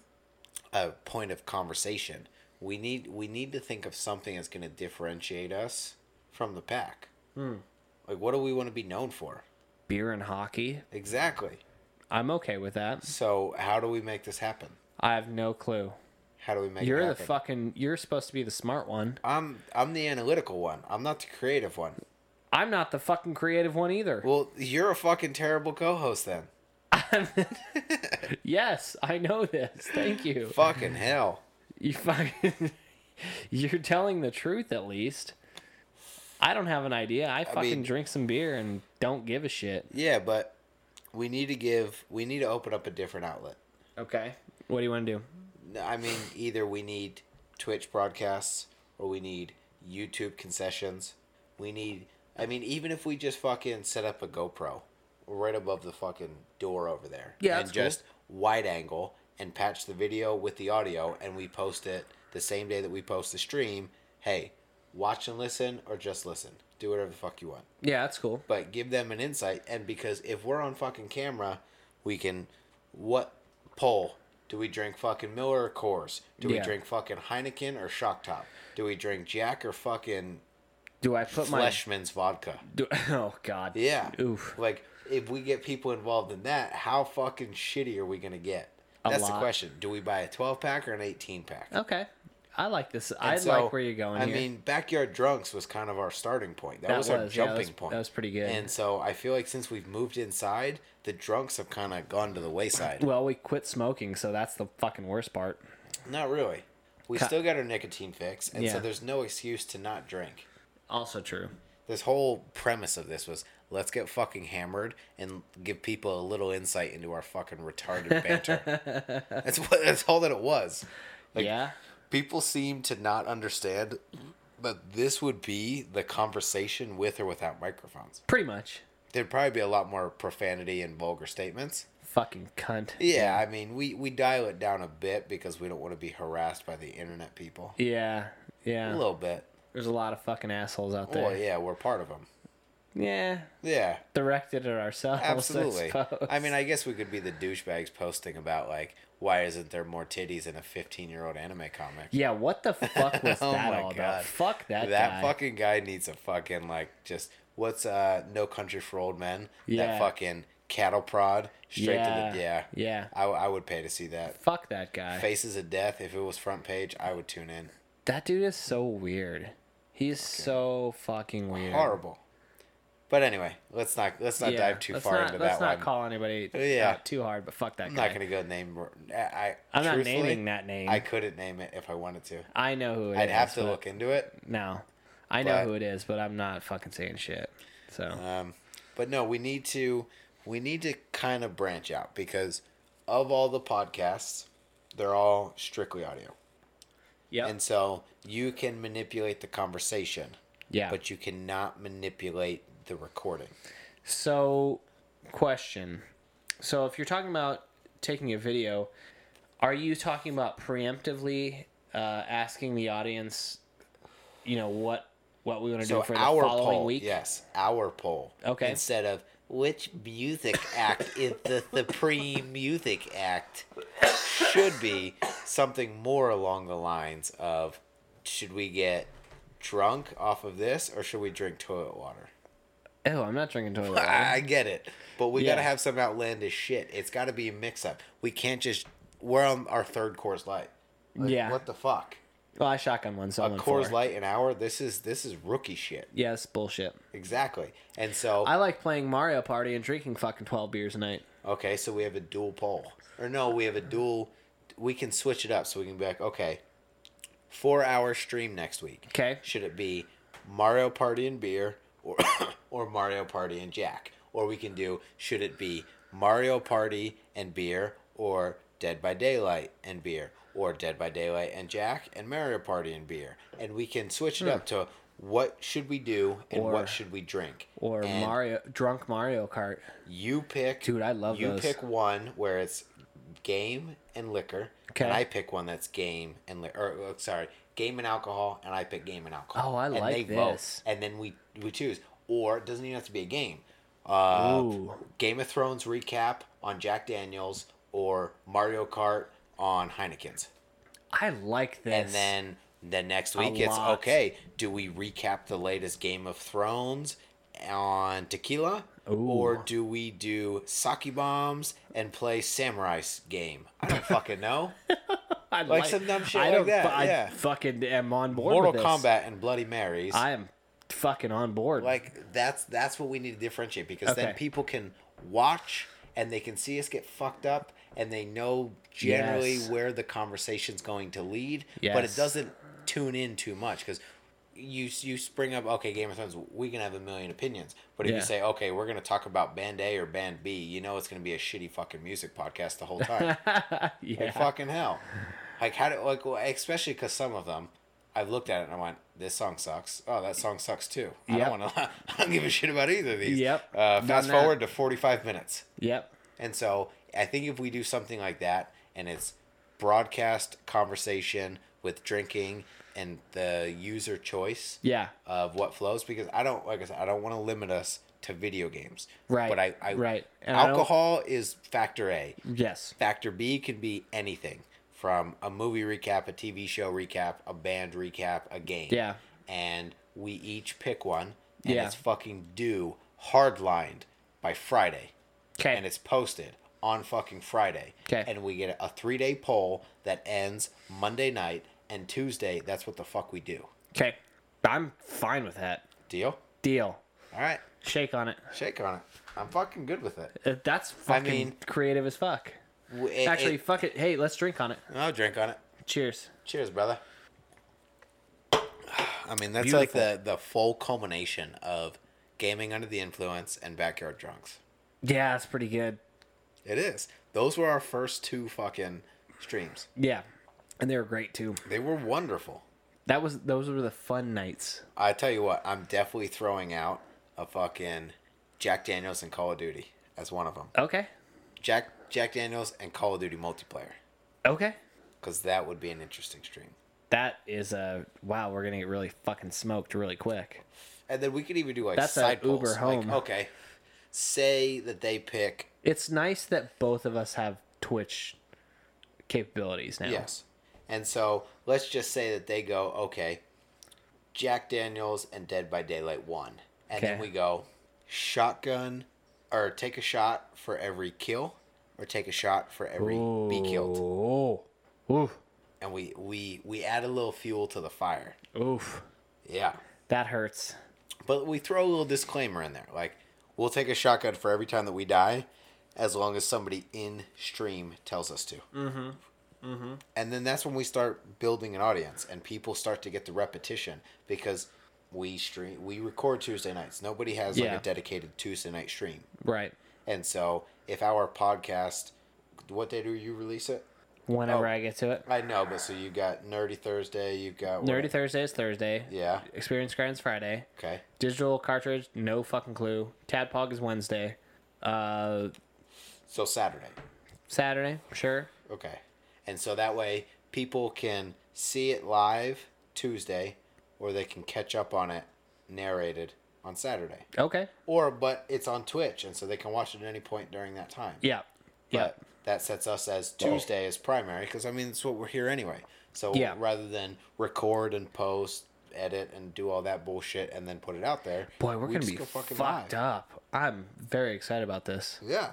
S2: a point of conversation. We need we need to think of something that's going to differentiate us from the pack.
S1: Hmm.
S2: Like, what do we want to be known for?
S1: beer and hockey
S2: Exactly.
S1: i'm okay with that
S2: So, how do we make this happen?
S1: i have no clue
S2: How do we make it
S1: you're the
S2: happen?
S1: fucking you're supposed to be the smart one
S2: I'm I'm the analytical one. I'm not the creative one.
S1: i'm not the fucking creative one either
S2: Well, you're a fucking terrible co-host then.
S1: yes i know this thank you
S2: Fucking hell.
S1: you fucking [LAUGHS] you're telling the truth at least i don't have an idea i fucking
S2: mean-
S1: drink some beer and don't give a shit
S2: Yeah, but we need to give we need to open up a different outlet.
S1: okay what do you want to do
S2: No, I mean, either we need Twitch broadcasts or we need YouTube concessions. We need I mean, even if we just fucking set up a GoPro right above the fucking door over there.
S1: Yeah,
S2: And
S1: that's cool.
S2: just wide angle and patch the video with the audio and we post it the same day that we post the stream. Hey, watch and listen or just listen. Do whatever the fuck you want.
S1: yeah that's cool
S2: but give them an insight. And because if we're on fucking camera, we can what poll do we drink fucking Miller or Coors? Do we
S1: Yeah.
S2: drink fucking Heineken or Shock Top? Do we drink Jack or fucking
S1: Do I put my
S2: Fleshman's vodka?
S1: do- [LAUGHS] oh god.
S2: Yeah.
S1: Oof.
S2: Like if we get people involved in that, how fucking shitty are we gonna get?
S1: A
S2: That's the
S1: lot.
S2: question. Do we buy a 12 pack or an 18 pack?
S1: Okay. I like this. I
S2: And so,
S1: like where you're going
S2: I
S1: here.
S2: mean, backyard drunks was kind of our starting point. That,
S1: That
S2: was,
S1: was, yeah,
S2: our
S1: that
S2: jumping
S1: was-
S2: point.
S1: that was pretty good.
S2: And so I feel like since we've moved inside, the drunks have kind of gone to the wayside.
S1: well, we quit smoking, so that's the fucking worst part.
S2: Not really. We
S1: Ca-
S2: still got our nicotine fix, and so
S1: Yeah.
S2: there's no excuse to not drink.
S1: Also true.
S2: This whole premise of this was let's get fucking hammered and give people a little insight into our fucking retarded banter.
S1: [LAUGHS]
S2: that's what. That's all that it was. Like,
S1: yeah.
S2: people seem to not understand that this would be the conversation with or without microphones.
S1: Pretty much.
S2: There'd probably be a lot more profanity and vulgar statements.
S1: Fucking cunt.
S2: Yeah, I mean, we, we dial it down a bit because we don't want to be harassed by the internet people.
S1: Yeah. Yeah.
S2: A little bit.
S1: There's a lot of fucking assholes out there.
S2: Well, yeah, we're part of them.
S1: Yeah.
S2: Yeah,
S1: Directed at ourselves. [LAUGHS]
S2: absolutely.
S1: I, suppose.
S2: I mean, I guess we could be the douchebags posting about, like, why isn't there more titties in a 15 year old anime comic?
S1: yeah. What the
S2: [LAUGHS]
S1: fuck was
S2: Oh
S1: that
S2: my
S1: all
S2: God.
S1: about? Fuck that.
S2: that
S1: guy.
S2: fucking guy needs a fucking like just what's uh no country for old men that
S1: Yeah.
S2: fucking cattle prod straight
S1: yeah.
S2: to the yeah
S1: Yeah.
S2: I, I would pay to see that
S1: Fuck that guy.
S2: faces of death if it was front page i would tune in
S1: That dude is so weird. He's so fucking weird.
S2: horrible but anyway let's not let's not
S1: Yeah,
S2: dive too
S1: let's
S2: far
S1: not-
S2: into
S1: let's
S2: that
S1: not
S2: one
S1: call anybody
S2: Yeah.
S1: out too hard, but fuck that
S2: i'm
S1: guy.
S2: not gonna go name i, I
S1: I'm not
S2: truthfully,
S1: naming that name.
S2: i
S1: I,
S2: couldn't name it if i wanted to
S1: know who it is.
S2: i'd have to
S1: but-
S2: look into it
S1: No, I know
S2: but-
S1: who it is, but I'm not fucking saying shit. So
S2: Um, but no, we need to we need to kind of branch out because of all the podcasts, they're all strictly audio,
S1: yeah,
S2: and so you can manipulate the conversation,
S1: yeah.
S2: but you cannot manipulate the recording.
S1: So, question. So, if you're talking about taking a video, are you talking about preemptively uh, asking the audience, you know, what what we want to
S2: So
S1: do for the
S2: our
S1: following
S2: poll,
S1: week?
S2: yes, our poll.
S1: Okay.
S2: Instead of which music act is the supreme music act, should be something more along the lines of, should we get drunk off of this or should we drink toilet water?
S1: Oh, I'm not drinking toilet
S2: [LAUGHS]
S1: water.
S2: I I get it, but we gotta
S1: Yeah.
S2: have some outlandish shit. It's gotta be a mix up. We can't just we're on our third Coors Light. Like,
S1: Yeah.
S2: What the fuck?
S1: Well, I shotgun one, so
S2: A
S1: I'm on
S2: Coors
S1: four.
S2: Light an hour. This is this is rookie shit.
S1: Yeah, it's bullshit.
S2: Exactly. And so
S1: I like playing Mario Party and drinking fucking 12 beers a night.
S2: okay, so we have a dual poll, or no, we have a dual. We can switch it up, so we can be like, okay, four hour stream next week.
S1: Okay.
S2: Should it be Mario Party and beer or [COUGHS] or Mario Party and Jack? Or we can do should it be Mario Party and beer or Dead by Daylight and beer or Dead by Daylight and Jack and Mario Party and beer? And we can switch it up to what should we do and
S1: Hmm. Or-
S2: what should we drink?
S1: Or
S2: And
S1: Mario drunk Mario Kart.
S2: you pick
S1: Dude, I love
S2: you
S1: those.
S2: pick one where it's game and liquor.
S1: Okay.
S2: And I pick one that's game and li- or uh, sorry, game and alcohol, and I pick game and alcohol.
S1: Oh, I
S2: and
S1: like
S2: vote,
S1: this.
S2: and then we we choose, or it doesn't even have to be a game. Uh,
S1: Ooh.
S2: Game of Thrones recap on Jack Daniels or Mario Kart on Heineken's,
S1: I like this.
S2: and then the next week it's
S1: lot.
S2: okay. Do we recap the latest Game of Thrones on tequila? Or do we do sake bombs and play samurai's game? I don't
S1: [LAUGHS]
S2: fucking know.
S1: I
S2: like some dumb shit
S1: I
S2: like
S1: don't,
S2: that,
S1: fu- I
S2: yeah.
S1: fucking am on board.
S2: Mortal
S1: with this.
S2: Kombat and Bloody Marys.
S1: I am fucking on board.
S2: like that's that's what we need to differentiate because then
S1: Okay.
S2: people can watch and they can see us get fucked up and they know generally
S1: Yes.
S2: where the conversation's going to lead. But it
S1: Yes.
S2: doesn't tune in too much because you you spring up okay Game of Thrones we can have a million opinions but if you
S1: Yeah.
S2: say okay we're gonna talk about band A or band B you know it's gonna be a shitty fucking music podcast the
S1: [LAUGHS]
S2: whole time.
S1: [LAUGHS] yeah.
S2: Like fucking hell. Like how do like well, especially because some of them, I've looked at it and I went, this song sucks. Oh, that song sucks too. I
S1: Yep.
S2: don't want to. [LAUGHS] I don't give a shit about either of these.
S1: Yep.
S2: Uh,
S1: Done
S2: fast
S1: that.
S2: forward to forty five minutes,
S1: Yep.
S2: and so I think if we do something like that, and it's broadcast conversation with drinking and the user choice
S1: Yeah.
S2: of what flows, because I don't like I said, I don't want to limit us to video games.
S1: Right,
S2: But I, I
S1: right. And I don't-
S2: alcohol is factor A.
S1: Yes.
S2: Factor B can be anything from a movie recap, a TV show recap, a band recap, a game.
S1: Yeah.
S2: And we each pick one, and
S1: Yeah.
S2: it's fucking due hard lined by Friday,
S1: Okay.
S2: and it's posted on fucking Friday.
S1: 'Kay.
S2: And we get a three day poll that ends Monday night and Tuesday. That's what the fuck we do.
S1: okay. I'm fine with that.
S2: Deal?
S1: Deal.
S2: All right.
S1: Shake on it.
S2: Shake on it. I'm fucking good with it.
S1: Uh, That's fucking
S2: mean-
S1: creative as fuck.
S2: W- it-
S1: Actually,
S2: it-
S1: fuck it. Hey, let's drink on it.
S2: I'll drink on it.
S1: Cheers.
S2: Cheers, brother. I mean, that's like the, the full culmination of gaming under the influence and backyard drunks.
S1: Yeah, that's pretty good.
S2: It is. Those were our first two fucking streams.
S1: Yeah. And they were great too.
S2: They were wonderful.
S1: That was those were the fun nights.
S2: I tell you what, I'm definitely throwing out a fucking Jack Daniels and Call of Duty as one of them.
S1: Okay.
S2: Jack Jack Daniels and Call of Duty multiplayer,
S1: Okay.
S2: because that would be an interesting stream.
S1: That is a wow. We're gonna get really fucking smoked really quick.
S2: And then we could even do like
S1: That's a
S2: side
S1: Uber
S2: polls.
S1: home.
S2: Like, okay, say that they pick
S1: It's nice that both of us have Twitch capabilities now.
S2: Yes. And so let's just say that they go, okay, Jack Daniels and Dead by Daylight one. And then
S1: Okay.
S2: we go shotgun or take a shot for every kill or take a shot for every be killed.
S1: Oh. Oof.
S2: And we, we we add a little fuel to the fire.
S1: Oof.
S2: Yeah.
S1: That hurts.
S2: But we throw a little disclaimer in there. Like we'll take a shotgun for every time that we die as long as somebody in stream tells us to. Mm-hmm. Mm-hmm. And then that's when we start building an audience and people start to get the repetition because we stream we record Tuesday nights. Nobody has
S1: Yeah.
S2: like a dedicated Tuesday night stream.
S1: Right.
S2: And so if our podcast what day do you release it?
S1: Whenever
S2: Oh.
S1: I get to it.
S2: I know, but so you got Nerdy Thursday, you've got what-
S1: Nerdy Thursday is Thursday.
S2: Yeah.
S1: Experience Grinds Friday.
S2: Okay.
S1: Digital cartridge, no fucking clue. Tadpog is Wednesday. Uh,
S2: So Saturday.
S1: Saturday, sure.
S2: Okay. And so that way people can see it live Tuesday or they can catch up on it narrated on Saturday.
S1: Okay.
S2: Or but it's on Twitch and so they can watch it at any point during that time.
S1: Yeah. Yeah.
S2: But that sets us as Tuesday as primary because I mean that's what we're here anyway. So
S1: Yeah.
S2: rather than record and post, edit and do all that bullshit and then put it out there.
S1: Boy, we're
S2: we
S1: gonna
S2: just
S1: be
S2: go
S1: fucked
S2: live.
S1: up. I'm very excited about this.
S2: Yeah.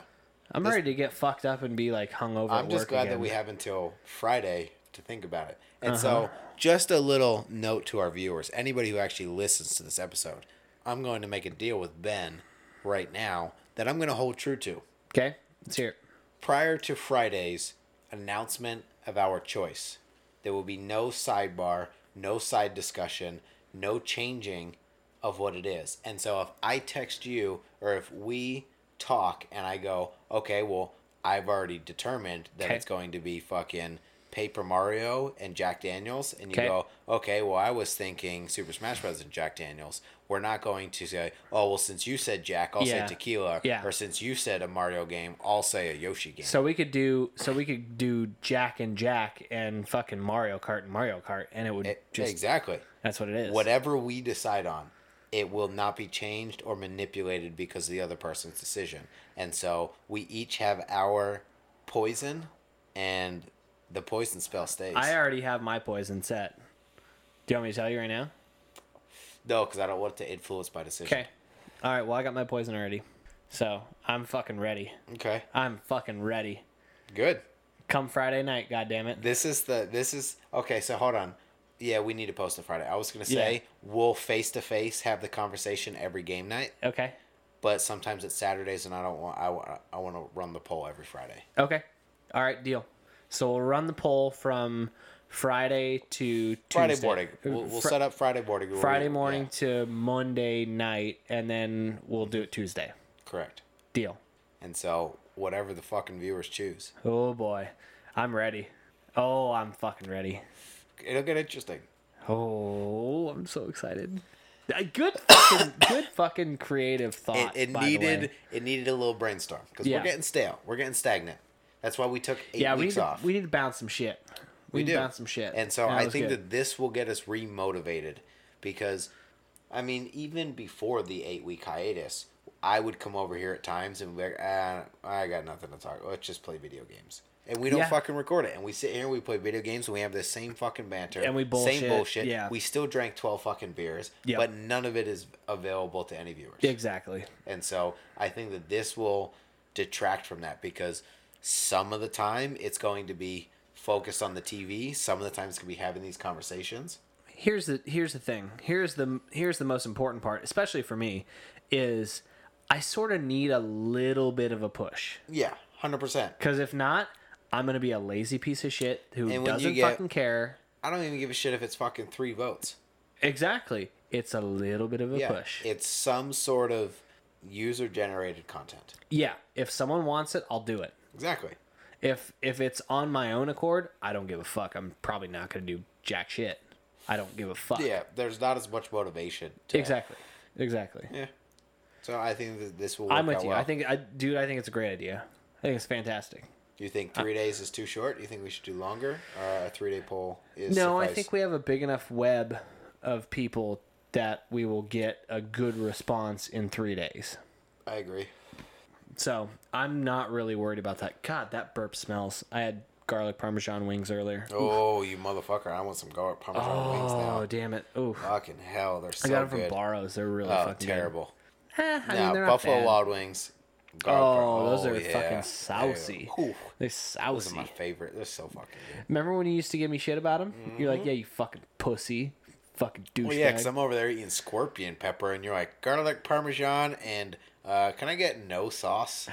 S1: I'm ready to get fucked up and be like hungover.
S2: I'm
S1: at
S2: just
S1: work
S2: glad
S1: again.
S2: that we have until Friday to think about it. And
S1: Uh-huh.
S2: so, just a little note to our viewers anybody who actually listens to this episode, I'm going to make a deal with Ben right now that I'm going to hold true to.
S1: Okay, let's hear. it.
S2: Prior to Friday's announcement of our choice, there will be no sidebar, no side discussion, no changing of what it is. And so, if I text you or if we talk and I go, okay, well, I've already determined that
S1: Okay.
S2: it's going to be fucking Paper Mario and Jack Daniels, and you
S1: Okay.
S2: go, okay, well, I was thinking Super Smash Bros. and Jack Daniels. We're not going to say, oh, well, since you said Jack, I'll
S1: Yeah.
S2: say tequila.
S1: Yeah.
S2: Or since you said a Mario game, I'll say a Yoshi game.
S1: So we could do. So we could do Jack and Jack and fucking Mario Kart and Mario Kart, and it would
S2: Eh,
S1: just.
S2: exactly.
S1: That's what it is.
S2: Whatever we decide on, it will not be changed or manipulated because of the other person's decision. And so we each have our poison, and the poison spell stays.
S1: I already have my poison set. Do you want me to tell you right now?
S2: no, because I don't want it to influence my decision.
S1: Okay. All right. Well, I got my poison already, so I'm fucking ready.
S2: Okay.
S1: I'm fucking ready.
S2: Good.
S1: Come Friday night, God damn it.
S2: This is the this is okay. So hold on. Yeah, we need to post on Friday. I was gonna say
S1: Yeah.
S2: we'll face to face have the conversation every game night,
S1: Okay.
S2: but sometimes it's Saturdays, and I don't want I want I want to run the poll every Friday.
S1: Okay. All right. Deal. So we'll run the poll from Friday to Tuesday.
S2: Friday morning. We'll, we'll
S1: Fri-
S2: set up Friday morning. where we-
S1: Friday
S2: yeah,
S1: morning to Monday night, and then we'll do it Tuesday.
S2: correct.
S1: Deal.
S2: And so whatever the fucking viewers choose,
S1: Oh boy, I'm ready. Oh, I'm fucking ready.
S2: it'll get interesting.
S1: Oh, I'm so excited. Uh, Good, fucking, [COUGHS] good fucking creative
S2: It,
S1: thought.
S2: it
S1: by the
S2: needed
S1: way.
S2: it needed a little brainstorm because
S1: Yeah.
S2: we're getting stale. We're getting stagnant. That's why we took eight
S1: Yeah, we need
S2: weeks
S1: to,
S2: off.
S1: we need to bounce some shit. We, need to bounce some shit.
S2: And so
S1: That
S2: I
S1: was
S2: think
S1: good.
S2: that this will get us remotivated because, I mean, even before the eight week hiatus, I would come over here at times and be like, ah, I got nothing to talk. Let's just play video games. And we don't
S1: Yeah.
S2: fucking record it. And we sit here and we play video games and we have the same fucking banter.
S1: And we
S2: Same
S1: bullshit,
S2: bullshit.
S1: yeah.
S2: We still drank 12 fucking beers,
S1: Yeah.
S2: but none of it is available to any viewers.
S1: Exactly.
S2: And so I think that this will detract from that because some of the time it's going to be focused on the TV. Some of the time it's going to be having these conversations.
S1: here's the here's the thing. Here's the here's the most important part, especially for me, is I sort of need a little bit of a push
S2: Yeah, 100%.
S1: because if not, I'm gonna be a lazy piece of shit who
S2: And when you
S1: doesn't
S2: get-
S1: fucking care.
S2: I don't even give a shit if it's fucking three votes.
S1: Exactly. It's a little bit of a
S2: Yeah.
S1: push.
S2: It's some sort of user generated content.
S1: yeah. If someone wants it, I'll do it.
S2: Exactly.
S1: If if it's on my own accord, I don't give a fuck. I'm probably not gonna do jack shit. I don't give a fuck.
S2: Yeah, there's not as much motivation. To
S1: Exactly. Exactly.
S2: Yeah. So I think that this will work
S1: I'm with
S2: out
S1: you.
S2: well.
S1: I think I dude, I think it's a great idea. I think it's fantastic.
S2: you think three days is too short? You think we should do longer? Or a three day poll is
S1: No, I
S2: suffice?
S1: think we have a big enough web of people that we will get a good response in three days.
S2: I agree.
S1: So I'm not really worried about that. God, that burp smells. I had garlic parmesan wings earlier. Oh,
S2: Oh, you motherfucker! I want some garlic parmesan wings now.
S1: damn it. Oh,
S2: Fucking hell, they're so
S1: I got them from
S2: good.
S1: Barrows. They're really
S2: oh,
S1: fucking
S2: terrible.
S1: Good. Eh, I mean,
S2: Yeah,
S1: they're not
S2: Buffalo
S1: bad.
S2: Wild Wings. garlic
S1: Oh,
S2: par-
S1: those are
S2: yeah.
S1: fucking
S2: Ew.
S1: saucy.
S2: Ooh,
S1: They're
S2: those are
S1: saucy.
S2: my favorite. They're so fucking good.
S1: Remember when you used to give me shit about them? You're like, yeah, you fucking pussy, fucking douchebag.
S2: Mm-hmm. Well, yeah, because I'm over there eating scorpion pepper, and you're like garlic parmesan, and uh, can I get
S1: [LAUGHS]
S2: no sauce?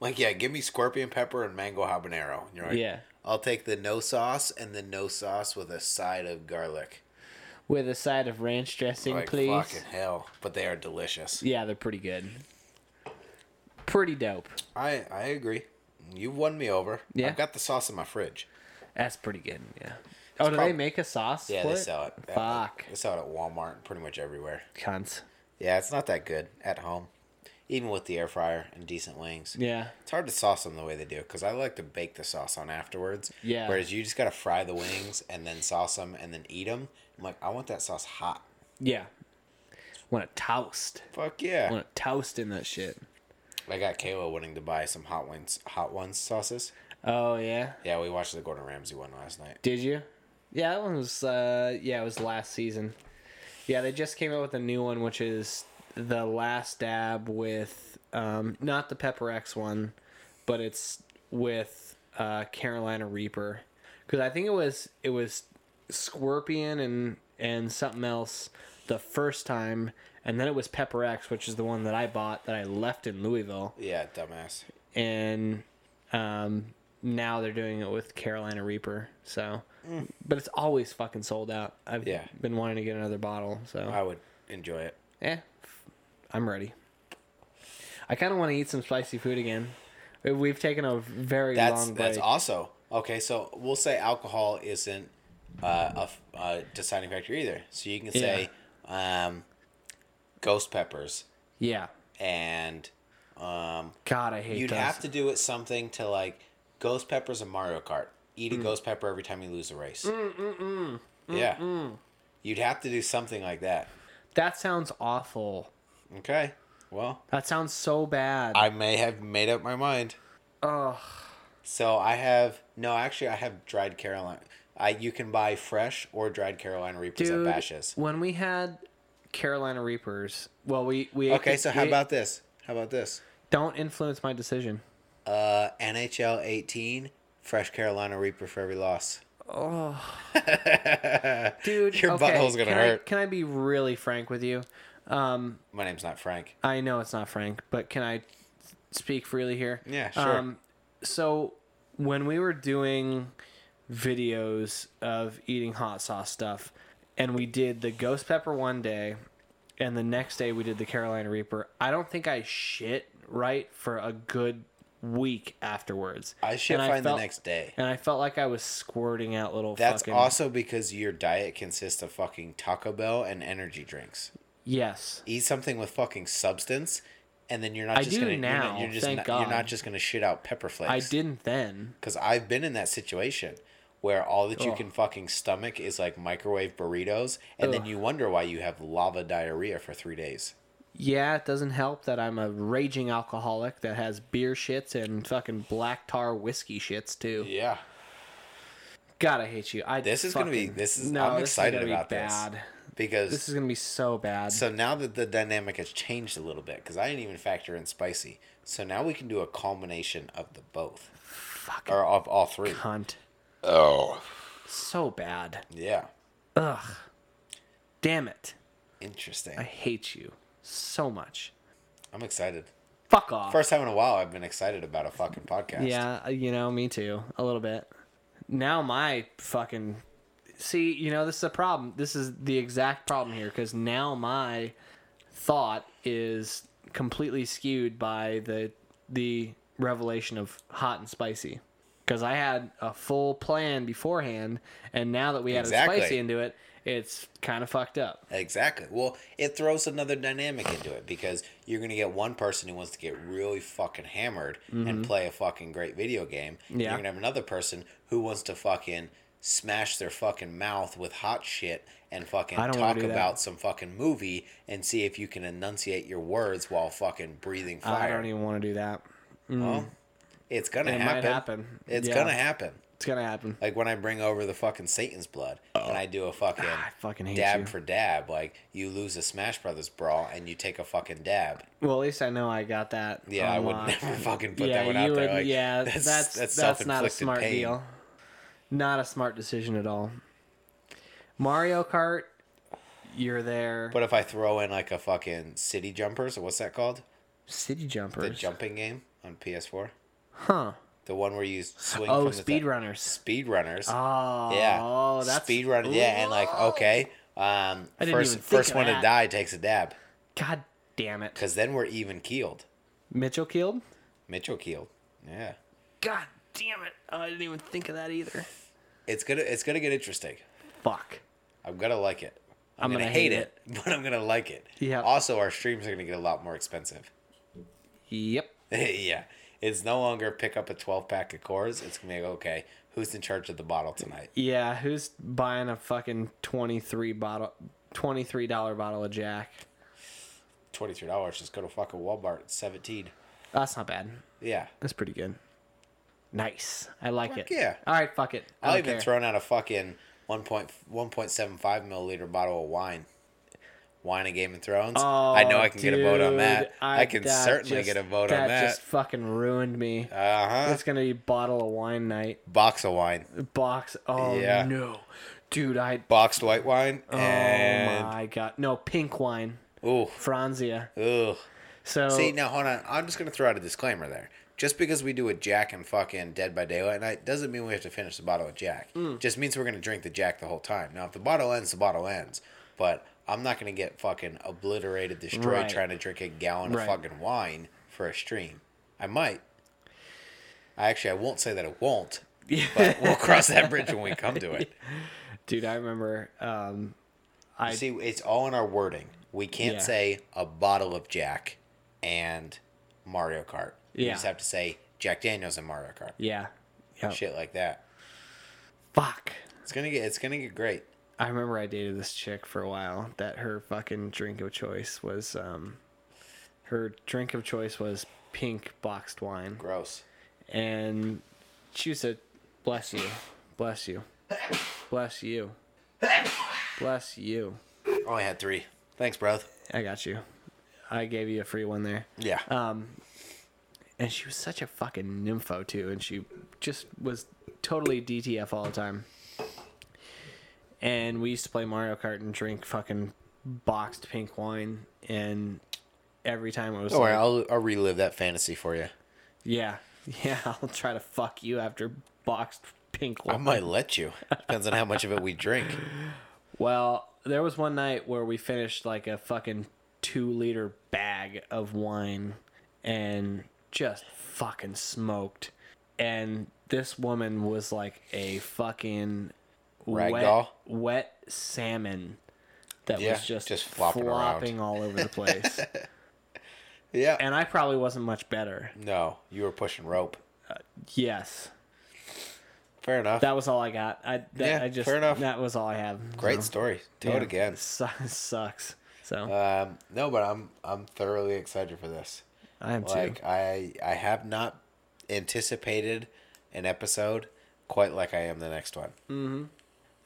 S2: like, yeah, give me scorpion pepper and mango habanero. And you're like,
S1: Yeah.
S2: I'll take the no sauce and the no sauce with a side of garlic.
S1: With a side of ranch dressing,
S2: Like
S1: please.
S2: fucking hell, but they are delicious.
S1: Yeah, they're pretty good. Pretty dope.
S2: I I agree. You won me over.
S1: Yeah.
S2: I've got the sauce in my fridge.
S1: That's pretty good. Yeah. Oh, do
S2: prob-
S1: they make a sauce?
S2: Yeah,
S1: for
S2: they sell it. at-
S1: Fuck.
S2: They sell it at Walmart and pretty much everywhere.
S1: Cunts.
S2: Yeah, it's not that good at home, even with the air fryer and decent wings.
S1: Yeah.
S2: It's hard to sauce them the way they do because I like to bake the sauce on afterwards.
S1: Yeah.
S2: Whereas you just gotta fry the wings and then sauce them and then eat them. I'm like, I want that sauce hot.
S1: Yeah. Want to toast.
S2: Fuck yeah.
S1: Want to toast in that shit.
S2: I got Kayla wanting to buy some hot wings, hot ones sauces.
S1: Oh, yeah.
S2: Yeah, we watched the Gordon Ramsay one last night.
S1: Did you? Yeah, that one was, uh, yeah, it was last season. Yeah, they just came out with a new one, which is the last dab with, um, not the Pepper X one, but it's with, uh, Carolina Reaper. Cause I think it was, it was Scorpion and, and something else the first time. And then it was Pepper X, which is the one that I bought that I left in Louisville
S2: Yeah, dumbass.
S1: and um, now they're doing it with Carolina Reaper. So, but it's always fucking sold out. I've
S2: Mm. Yeah.
S1: been wanting to get another bottle. So,
S2: I would enjoy it.
S1: eh, I'm ready. I kind of want to eat some spicy food again. We- We've taken a very
S2: That's
S1: long break.
S2: that's also okay. So we'll say alcohol isn't uh, a, f- a deciding factor either. So you can say um, ghost peppers
S1: Yeah.
S2: and um,
S1: God, I hate
S2: you'd
S1: those.
S2: have to do it something to like ghost peppers and Mario Kart. Eat
S1: Mm.
S2: a ghost pepper every time you lose a race. Yeah,
S1: mm.
S2: you'd have to do something like that.
S1: That sounds awful.
S2: Okay. Well,
S1: That sounds so bad.
S2: I may have made up my mind.
S1: Ugh.
S2: So I have no, actually, I have dried Carolina. I you can buy fresh or dried Carolina Reapers
S1: Dude,
S2: at Bashes.
S1: when we had Carolina Reapers, well, we we ate
S2: Okay,
S1: the-
S2: so how
S1: we-
S2: about this? How about this?
S1: don't influence my decision.
S2: Uh, NHL 18, fresh Carolina Reaper for every loss.
S1: dude
S2: Your
S1: okay,
S2: butthole's gonna
S1: can I-
S2: hurt.
S1: can i be really frank with you um
S2: My name's not Frank.
S1: i know it's not frank but can i speak freely here Um,
S2: Yeah, sure.
S1: so when we were doing videos of eating hot sauce stuff and we did the ghost pepper one day and the next day we did the carolina reaper i don't think i shit right for a good week afterwards
S2: I should
S1: And
S2: find
S1: felt-
S2: the next day.
S1: and i felt like i was squirting out little
S2: That's
S1: fucking
S2: also because your diet consists of fucking Taco Bell and energy drinks.
S1: yes
S2: Eat something with fucking substance, and then you're not
S1: I
S2: just
S1: do
S2: gonna you're,
S1: now,
S2: not, you're just
S1: thank
S2: not, you're
S1: God.
S2: not just gonna shit out pepper flakes.
S1: i didn't then
S2: because I've been in that situation where all that you
S1: Ugh.
S2: can fucking stomach is like microwave burritos, and then you wonder why you have lava diarrhea for three days.
S1: yeah, it doesn't help that I'm a raging alcoholic that has beer shits and fucking black tar whiskey shits too.
S2: Yeah.
S1: God, I hate you. I
S2: This is gonna be-
S1: fucking-
S2: this is- I'm
S1: this is
S2: excited
S1: gonna be
S2: about this.
S1: bad.
S2: Because
S1: This is gonna be so bad.
S2: so now that the dynamic has changed a little bit, because I didn't even factor in spicy. So now we can do a culmination of the both.
S1: Fucking
S2: Or of all three.
S1: cunt.
S2: Oh.
S1: So bad.
S2: Yeah.
S1: Ugh. Damn it. I
S2: Interesting.
S1: hate you so much.
S2: I'm excited.
S1: Fuck off.
S2: First time in a while I've been excited about a fucking podcast.
S1: Yeah, uh, you know, me too, a little bit. Now my fucking see, you know, this is a problem. This is the exact problem here because now my thought is completely skewed by the the revelation of hot and spicy. Because I had a full plan beforehand, and now that we added
S2: Exactly.
S1: spicy into it, it's kind of fucked up.
S2: Exactly. Well, it throws another dynamic into it because you're going to get one person who wants to get really fucking hammered and play a fucking great video game. and
S1: Mm-hmm. Yeah.
S2: You're going to have another person who wants to fucking smash their fucking mouth with hot shit and fucking
S1: I don't wanna
S2: talk
S1: do that.
S2: about some fucking movie and see if you can enunciate your words while fucking breathing
S1: I
S2: fire.
S1: don't even want to do that.
S2: Well, it's going to
S1: It
S2: happen.
S1: might happen.
S2: It's
S1: Yeah.
S2: going to happen.
S1: It's gonna happen.
S2: Like when I bring over the fucking Satan's blood and I do a fucking
S1: I fucking hate
S2: dab
S1: you.
S2: for dab, like you lose a Smash Brothers brawl and you take a fucking dab.
S1: Well, at least I know I got that.
S2: Yeah, I would
S1: unlocked.
S2: never [LAUGHS] fucking put
S1: yeah,
S2: that one
S1: you
S2: out
S1: would.
S2: there. Like, [LAUGHS]
S1: yeah, that's that's, not a
S2: self-inflicted
S1: smart
S2: pain.
S1: deal. Not a smart decision at all. Mario Kart, you're there.
S2: But if I throw in like a fucking city jumpers, or what's that called?
S1: City
S2: The
S1: jumpers,
S2: jumping game on PS4,
S1: huh?
S2: the one where you swing.
S1: Oh,
S2: from the th-
S1: speedrunners.
S2: Speedrunners.
S1: Oh,
S2: yeah.
S1: Oh, that's
S2: speedrunner. Yeah, and like okay, um,
S1: didn't
S2: first
S1: even think
S2: first
S1: of
S2: one
S1: that.
S2: to die takes a dab,
S1: God damn it,
S2: because then we're even keeled.
S1: Mitchell killed.
S2: Mitchell keeled. Yeah,
S1: God damn it, Oh, I didn't even think of that either.
S2: it's gonna it's gonna get interesting.
S1: Fuck.
S2: I'm gonna like it. I'm,
S1: I'm
S2: gonna,
S1: gonna
S2: hate,
S1: hate
S2: it, [LAUGHS] but I'm gonna like it.
S1: Yeah.
S2: Also, our streams are gonna get a lot more expensive. [LAUGHS]
S1: Yep.
S2: yeah. It's no longer pick up a 12 pack of cores. It's gonna be like, okay. Who's in charge of the bottle tonight?
S1: Yeah, who's buying a fucking twenty three bottle, twenty three dollar bottle of Jack?
S2: Twenty three dollars. Just go to fucking Walmart. It's Seventeen.
S1: That's not bad.
S2: Yeah.
S1: That's pretty good. Nice. I like
S2: Fuck
S1: it.
S2: yeah.
S1: All right, fuck it. I
S2: I'll
S1: don't
S2: even
S1: care.
S2: thrown out a fucking 1.75 milliliter bottle of wine. Wine and Game of Thrones.
S1: Oh,
S2: I know I can get a vote on
S1: dude,
S2: that. I, can
S1: that
S2: certainly
S1: just-
S2: get a vote
S1: that
S2: on that.
S1: just fucking ruined me.
S2: Uh huh.
S1: it's gonna be bottle of wine night.
S2: Box of wine.
S1: Box. Oh
S2: Yeah.
S1: no, dude. I.
S2: Boxed white wine.
S1: oh
S2: and.
S1: my god. No pink wine.
S2: Ooh.
S1: Franzia.
S2: Ugh.
S1: So
S2: See, now hold on. I'm just gonna throw out a disclaimer there. Just because we do a Jack and fucking Dead by Daylight night doesn't mean we have to finish the bottle of Jack.
S1: Hmm.
S2: Just means we're gonna drink the Jack the whole time. Now, if the bottle ends, the bottle ends. But I'm not gonna get fucking obliterated, destroyed
S1: Right.
S2: trying to drink a gallon
S1: Right.
S2: of fucking wine for a stream. I might. I actually I won't say that I
S1: [LAUGHS]
S2: won't. but we'll cross that bridge when we come to it.
S1: dude, I remember. Um, I
S2: See, it's all in our wording. We can't
S1: Yeah.
S2: say a bottle of Jack and Mario Kart. You
S1: Yeah.
S2: just have to say Jack Daniels and Mario Kart.
S1: yeah. Yeah.
S2: Shit like that.
S1: Fuck.
S2: It's gonna get it's gonna get great.
S1: I remember I dated this chick for a while that her fucking drink of choice was um her drink of choice was pink boxed wine
S2: Gross.
S1: and she said bless you bless you bless you bless you
S2: Only had three. Thanks, bro.
S1: I got you I gave you a free one there
S2: Yeah.
S1: Um, and she was such a fucking nympho too and she just was totally DTF all the time and we used to play Mario Kart and drink fucking boxed pink wine and every time it was
S2: Don't worry,
S1: like,
S2: I'll I'll relive that fantasy for you.
S1: yeah [LAUGHS] yeah I'll try to fuck you after boxed pink
S2: I
S1: wine
S2: might let you. Depends on how much of it
S1: [LAUGHS]
S2: we drink.
S1: well there was one night where we finished like a fucking 2 liter bag of wine and just fucking smoked and this woman was like a fucking wet,
S2: Ragdoll?
S1: wet salmon that
S2: Yeah,
S1: was just,
S2: just flopping
S1: flopping,
S2: around.
S1: all over the
S2: [LAUGHS]
S1: place.
S2: Yeah.
S1: and I probably wasn't much better.
S2: no, you were pushing rope.
S1: Yes.
S2: Fair enough.
S1: That was all I got. I that,
S2: Yeah,
S1: I just
S2: fair enough.
S1: that was all I have.
S2: great story. Tell it
S1: Yeah. [LAUGHS]
S2: again.
S1: Su- sucks. So
S2: Um, no, but I'm I'm thoroughly excited for this.
S1: I am
S2: Like
S1: too.
S2: I I have not anticipated an episode quite like I am the next one. Mm-hmm.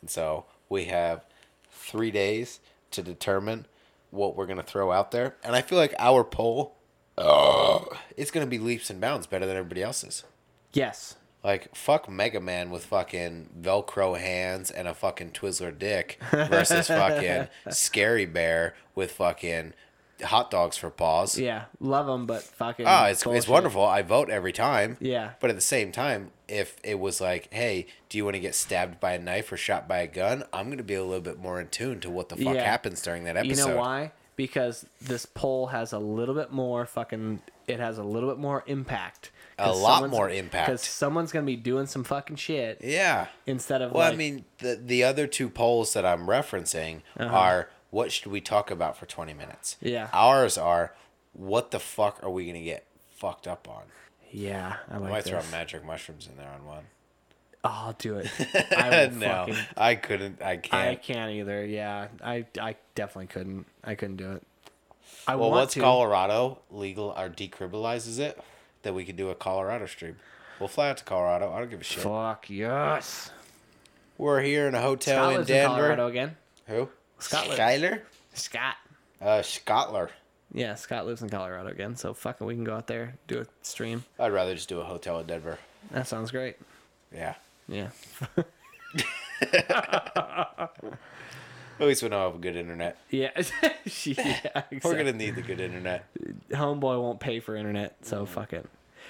S2: And so we have three days to determine what we're gonna throw out there, and I feel like our poll, uh, it's gonna be leaps and bounds better than everybody else's.
S1: Yes.
S2: Like fuck Mega Man with fucking Velcro hands and a fucking Twizzler dick versus fucking Scary Bear with fucking hot dogs for paws.
S1: Yeah. Love them, but fucking.
S2: Ah, it's it's
S1: bullshit.
S2: wonderful. I vote every time.
S1: Yeah.
S2: But at the same time, if it was like, hey, do you want to get stabbed by a knife or shot by a gun? I'm gonna be a little bit more in tune to what the fuck
S1: Yeah.
S2: happens during that
S1: You
S2: episode.
S1: know why? Because this poll has a little bit more fucking. It has a little bit more impact.
S2: A lot more impact.
S1: Because someone's gonna be doing some fucking shit
S2: Yeah.
S1: instead of.
S2: Well,
S1: like,
S2: I mean, the the other two polls that I'm referencing are what should we talk about for 20 minutes?
S1: Uh-huh. Yeah.
S2: Ours are what the fuck are we gonna get fucked up on?
S1: Yeah, I
S2: I might
S1: like
S2: throw
S1: this.
S2: magic mushrooms in there on one.
S1: Oh, I'll do
S2: [LAUGHS]
S1: it. I will
S2: no,
S1: fucking.
S2: I couldn't. I
S1: I
S2: can't.
S1: can't either. Yeah, I I definitely couldn't. I couldn't do it. I
S2: well,
S1: want
S2: once
S1: to.
S2: Colorado legal or decriminalizes it, then we can do a Colorado stream. We'll fly out to Colorado. I don't give a shit.
S1: Fuck yes.
S2: We're here in a hotel
S1: Scott
S2: Oh, in
S1: lives in
S2: Denver.
S1: Colorado again.
S2: Who?
S1: Scotland.
S2: Skyler?
S1: Scott.
S2: Uh, Scotler.
S1: Yeah, Scott lives in Colorado again, so fucking we can go out there do a stream.
S2: I'd rather just do a hotel in Denver.
S1: That sounds great.
S2: Yeah.
S1: Yeah.
S2: At least we know I have good internet.
S1: Yeah. [LAUGHS] yeah
S2: [LAUGHS] We're
S1: exactly.
S2: gonna need the good internet.
S1: Homeboy won't pay for internet, so fuck it.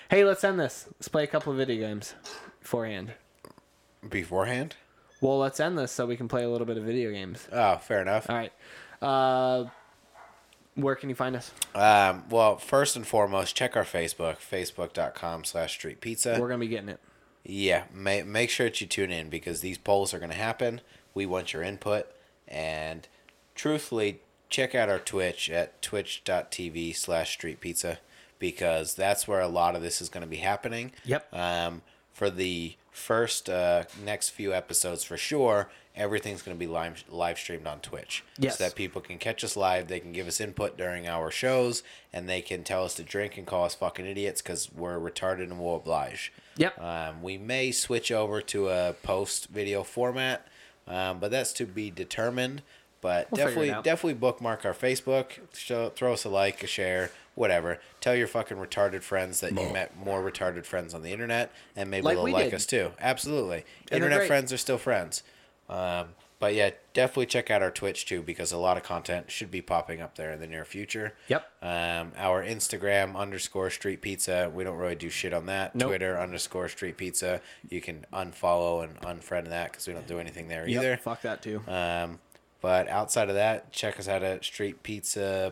S1: Hey, let's end this. Let's play a couple of video games beforehand.
S2: Beforehand?
S1: Well, let's end this so we can play a little bit of video games.
S2: Oh, fair enough.
S1: All right. Uh, where can you find us?
S2: Um, well, first and foremost, check our Facebook, facebook.com slash street pizza.
S1: We're gonna be getting it.
S2: Yeah, ma- make sure that you tune in because these polls are going to happen. We want your input. And truthfully, check out our Twitch at twitch.tv slash street pizza because that's where a lot of this is going to be happening.
S1: Yep.
S2: Um, for the first uh, next few episodes, for sure, everything's going to be live, live streamed on Twitch.
S1: Yes.
S2: So that people can catch us live, they can give us input during our shows, and they can tell us to drink and call us fucking idiots because we're retarded and we'll oblige.
S1: Yep.
S2: Um, we may switch over to a post video format, um, but that's to be determined. But
S1: figure it
S2: definitely,
S1: out.
S2: definitely bookmark our Facebook. Show, throw us a like, a share, whatever. Tell your fucking retarded friends that you met more retarded friends on the internet, and maybe
S1: Like
S2: they'll
S1: we
S2: like
S1: did.
S2: us too. Absolutely,
S1: they're
S2: internet
S1: great.
S2: friends are still friends. Um, but yeah, definitely check out our Twitch too because a lot of content should be popping up there in the near future.
S1: Yep.
S2: Um, our Instagram underscore street pizza. We don't really do shit on that.
S1: Nope.
S2: Twitter underscore street pizza. You can unfollow and unfriend that because we don't do anything there either.
S1: Yep, fuck that too.
S2: Um, but outside of that, check us out at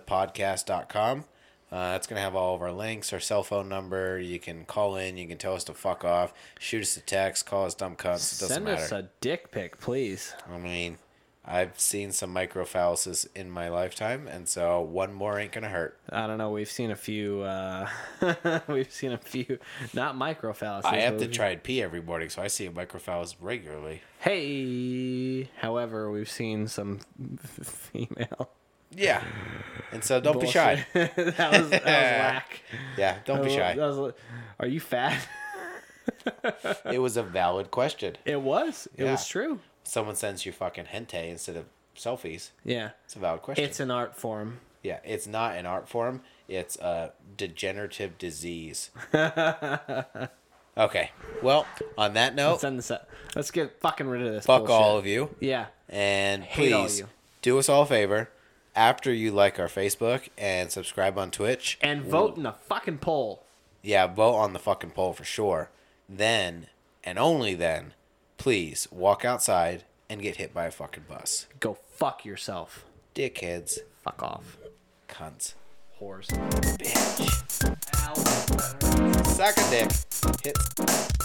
S2: streetpizzapodcast.com. Uh, that's going to have all of our links, our cell phone number. You can call in. You can tell us to fuck off. Shoot us a text. Call us dumb cunts. It doesn't
S1: Send
S2: matter.
S1: us a dick pic, please.
S2: I mean, I've seen some microphalluses in my lifetime, and so one more ain't gonna hurt.
S1: I don't know. We've seen a few. Uh, [LAUGHS] we've seen a few. Not micro fallacies.
S2: I have
S1: but
S2: to
S1: we've-
S2: try and pee every morning, so I see a microphallus regularly.
S1: Hey. However, we've seen some [LAUGHS] female.
S2: Yeah, and so don't be shy.
S1: bullshit. [LAUGHS] Oh, that was that was whack.
S2: [LAUGHS] Yeah,
S1: [LAUGHS]
S2: don't be
S1: That
S2: shy.
S1: was- that was- are you fat? [LAUGHS]
S2: It was a valid question.
S1: it was. It
S2: Yeah.
S1: was true.
S2: Someone sends you fucking hente instead of selfies.
S1: Yeah.
S2: It's a valid question.
S1: It's an art form.
S2: yeah, it's not an art form. It's a
S1: [LAUGHS]
S2: degenerative disease. okay. Well, on that note,
S1: Let's end this up. Let's get fucking rid of this.
S2: fuck
S1: bullshit.
S2: all of you.
S1: Yeah.
S2: And
S1: Hate all
S2: please
S1: you.
S2: do us all a favor after you like our Facebook and subscribe on Twitch.
S1: And vote in a fucking poll.
S2: Yeah, vote on the fucking poll for sure. Then and only then, please walk outside and get hit by a fucking bus.
S1: Go fuck yourself.
S2: Dickheads,
S1: Fuck off.
S2: cunts,
S1: Whores.
S2: bitch, suck a dick, hit.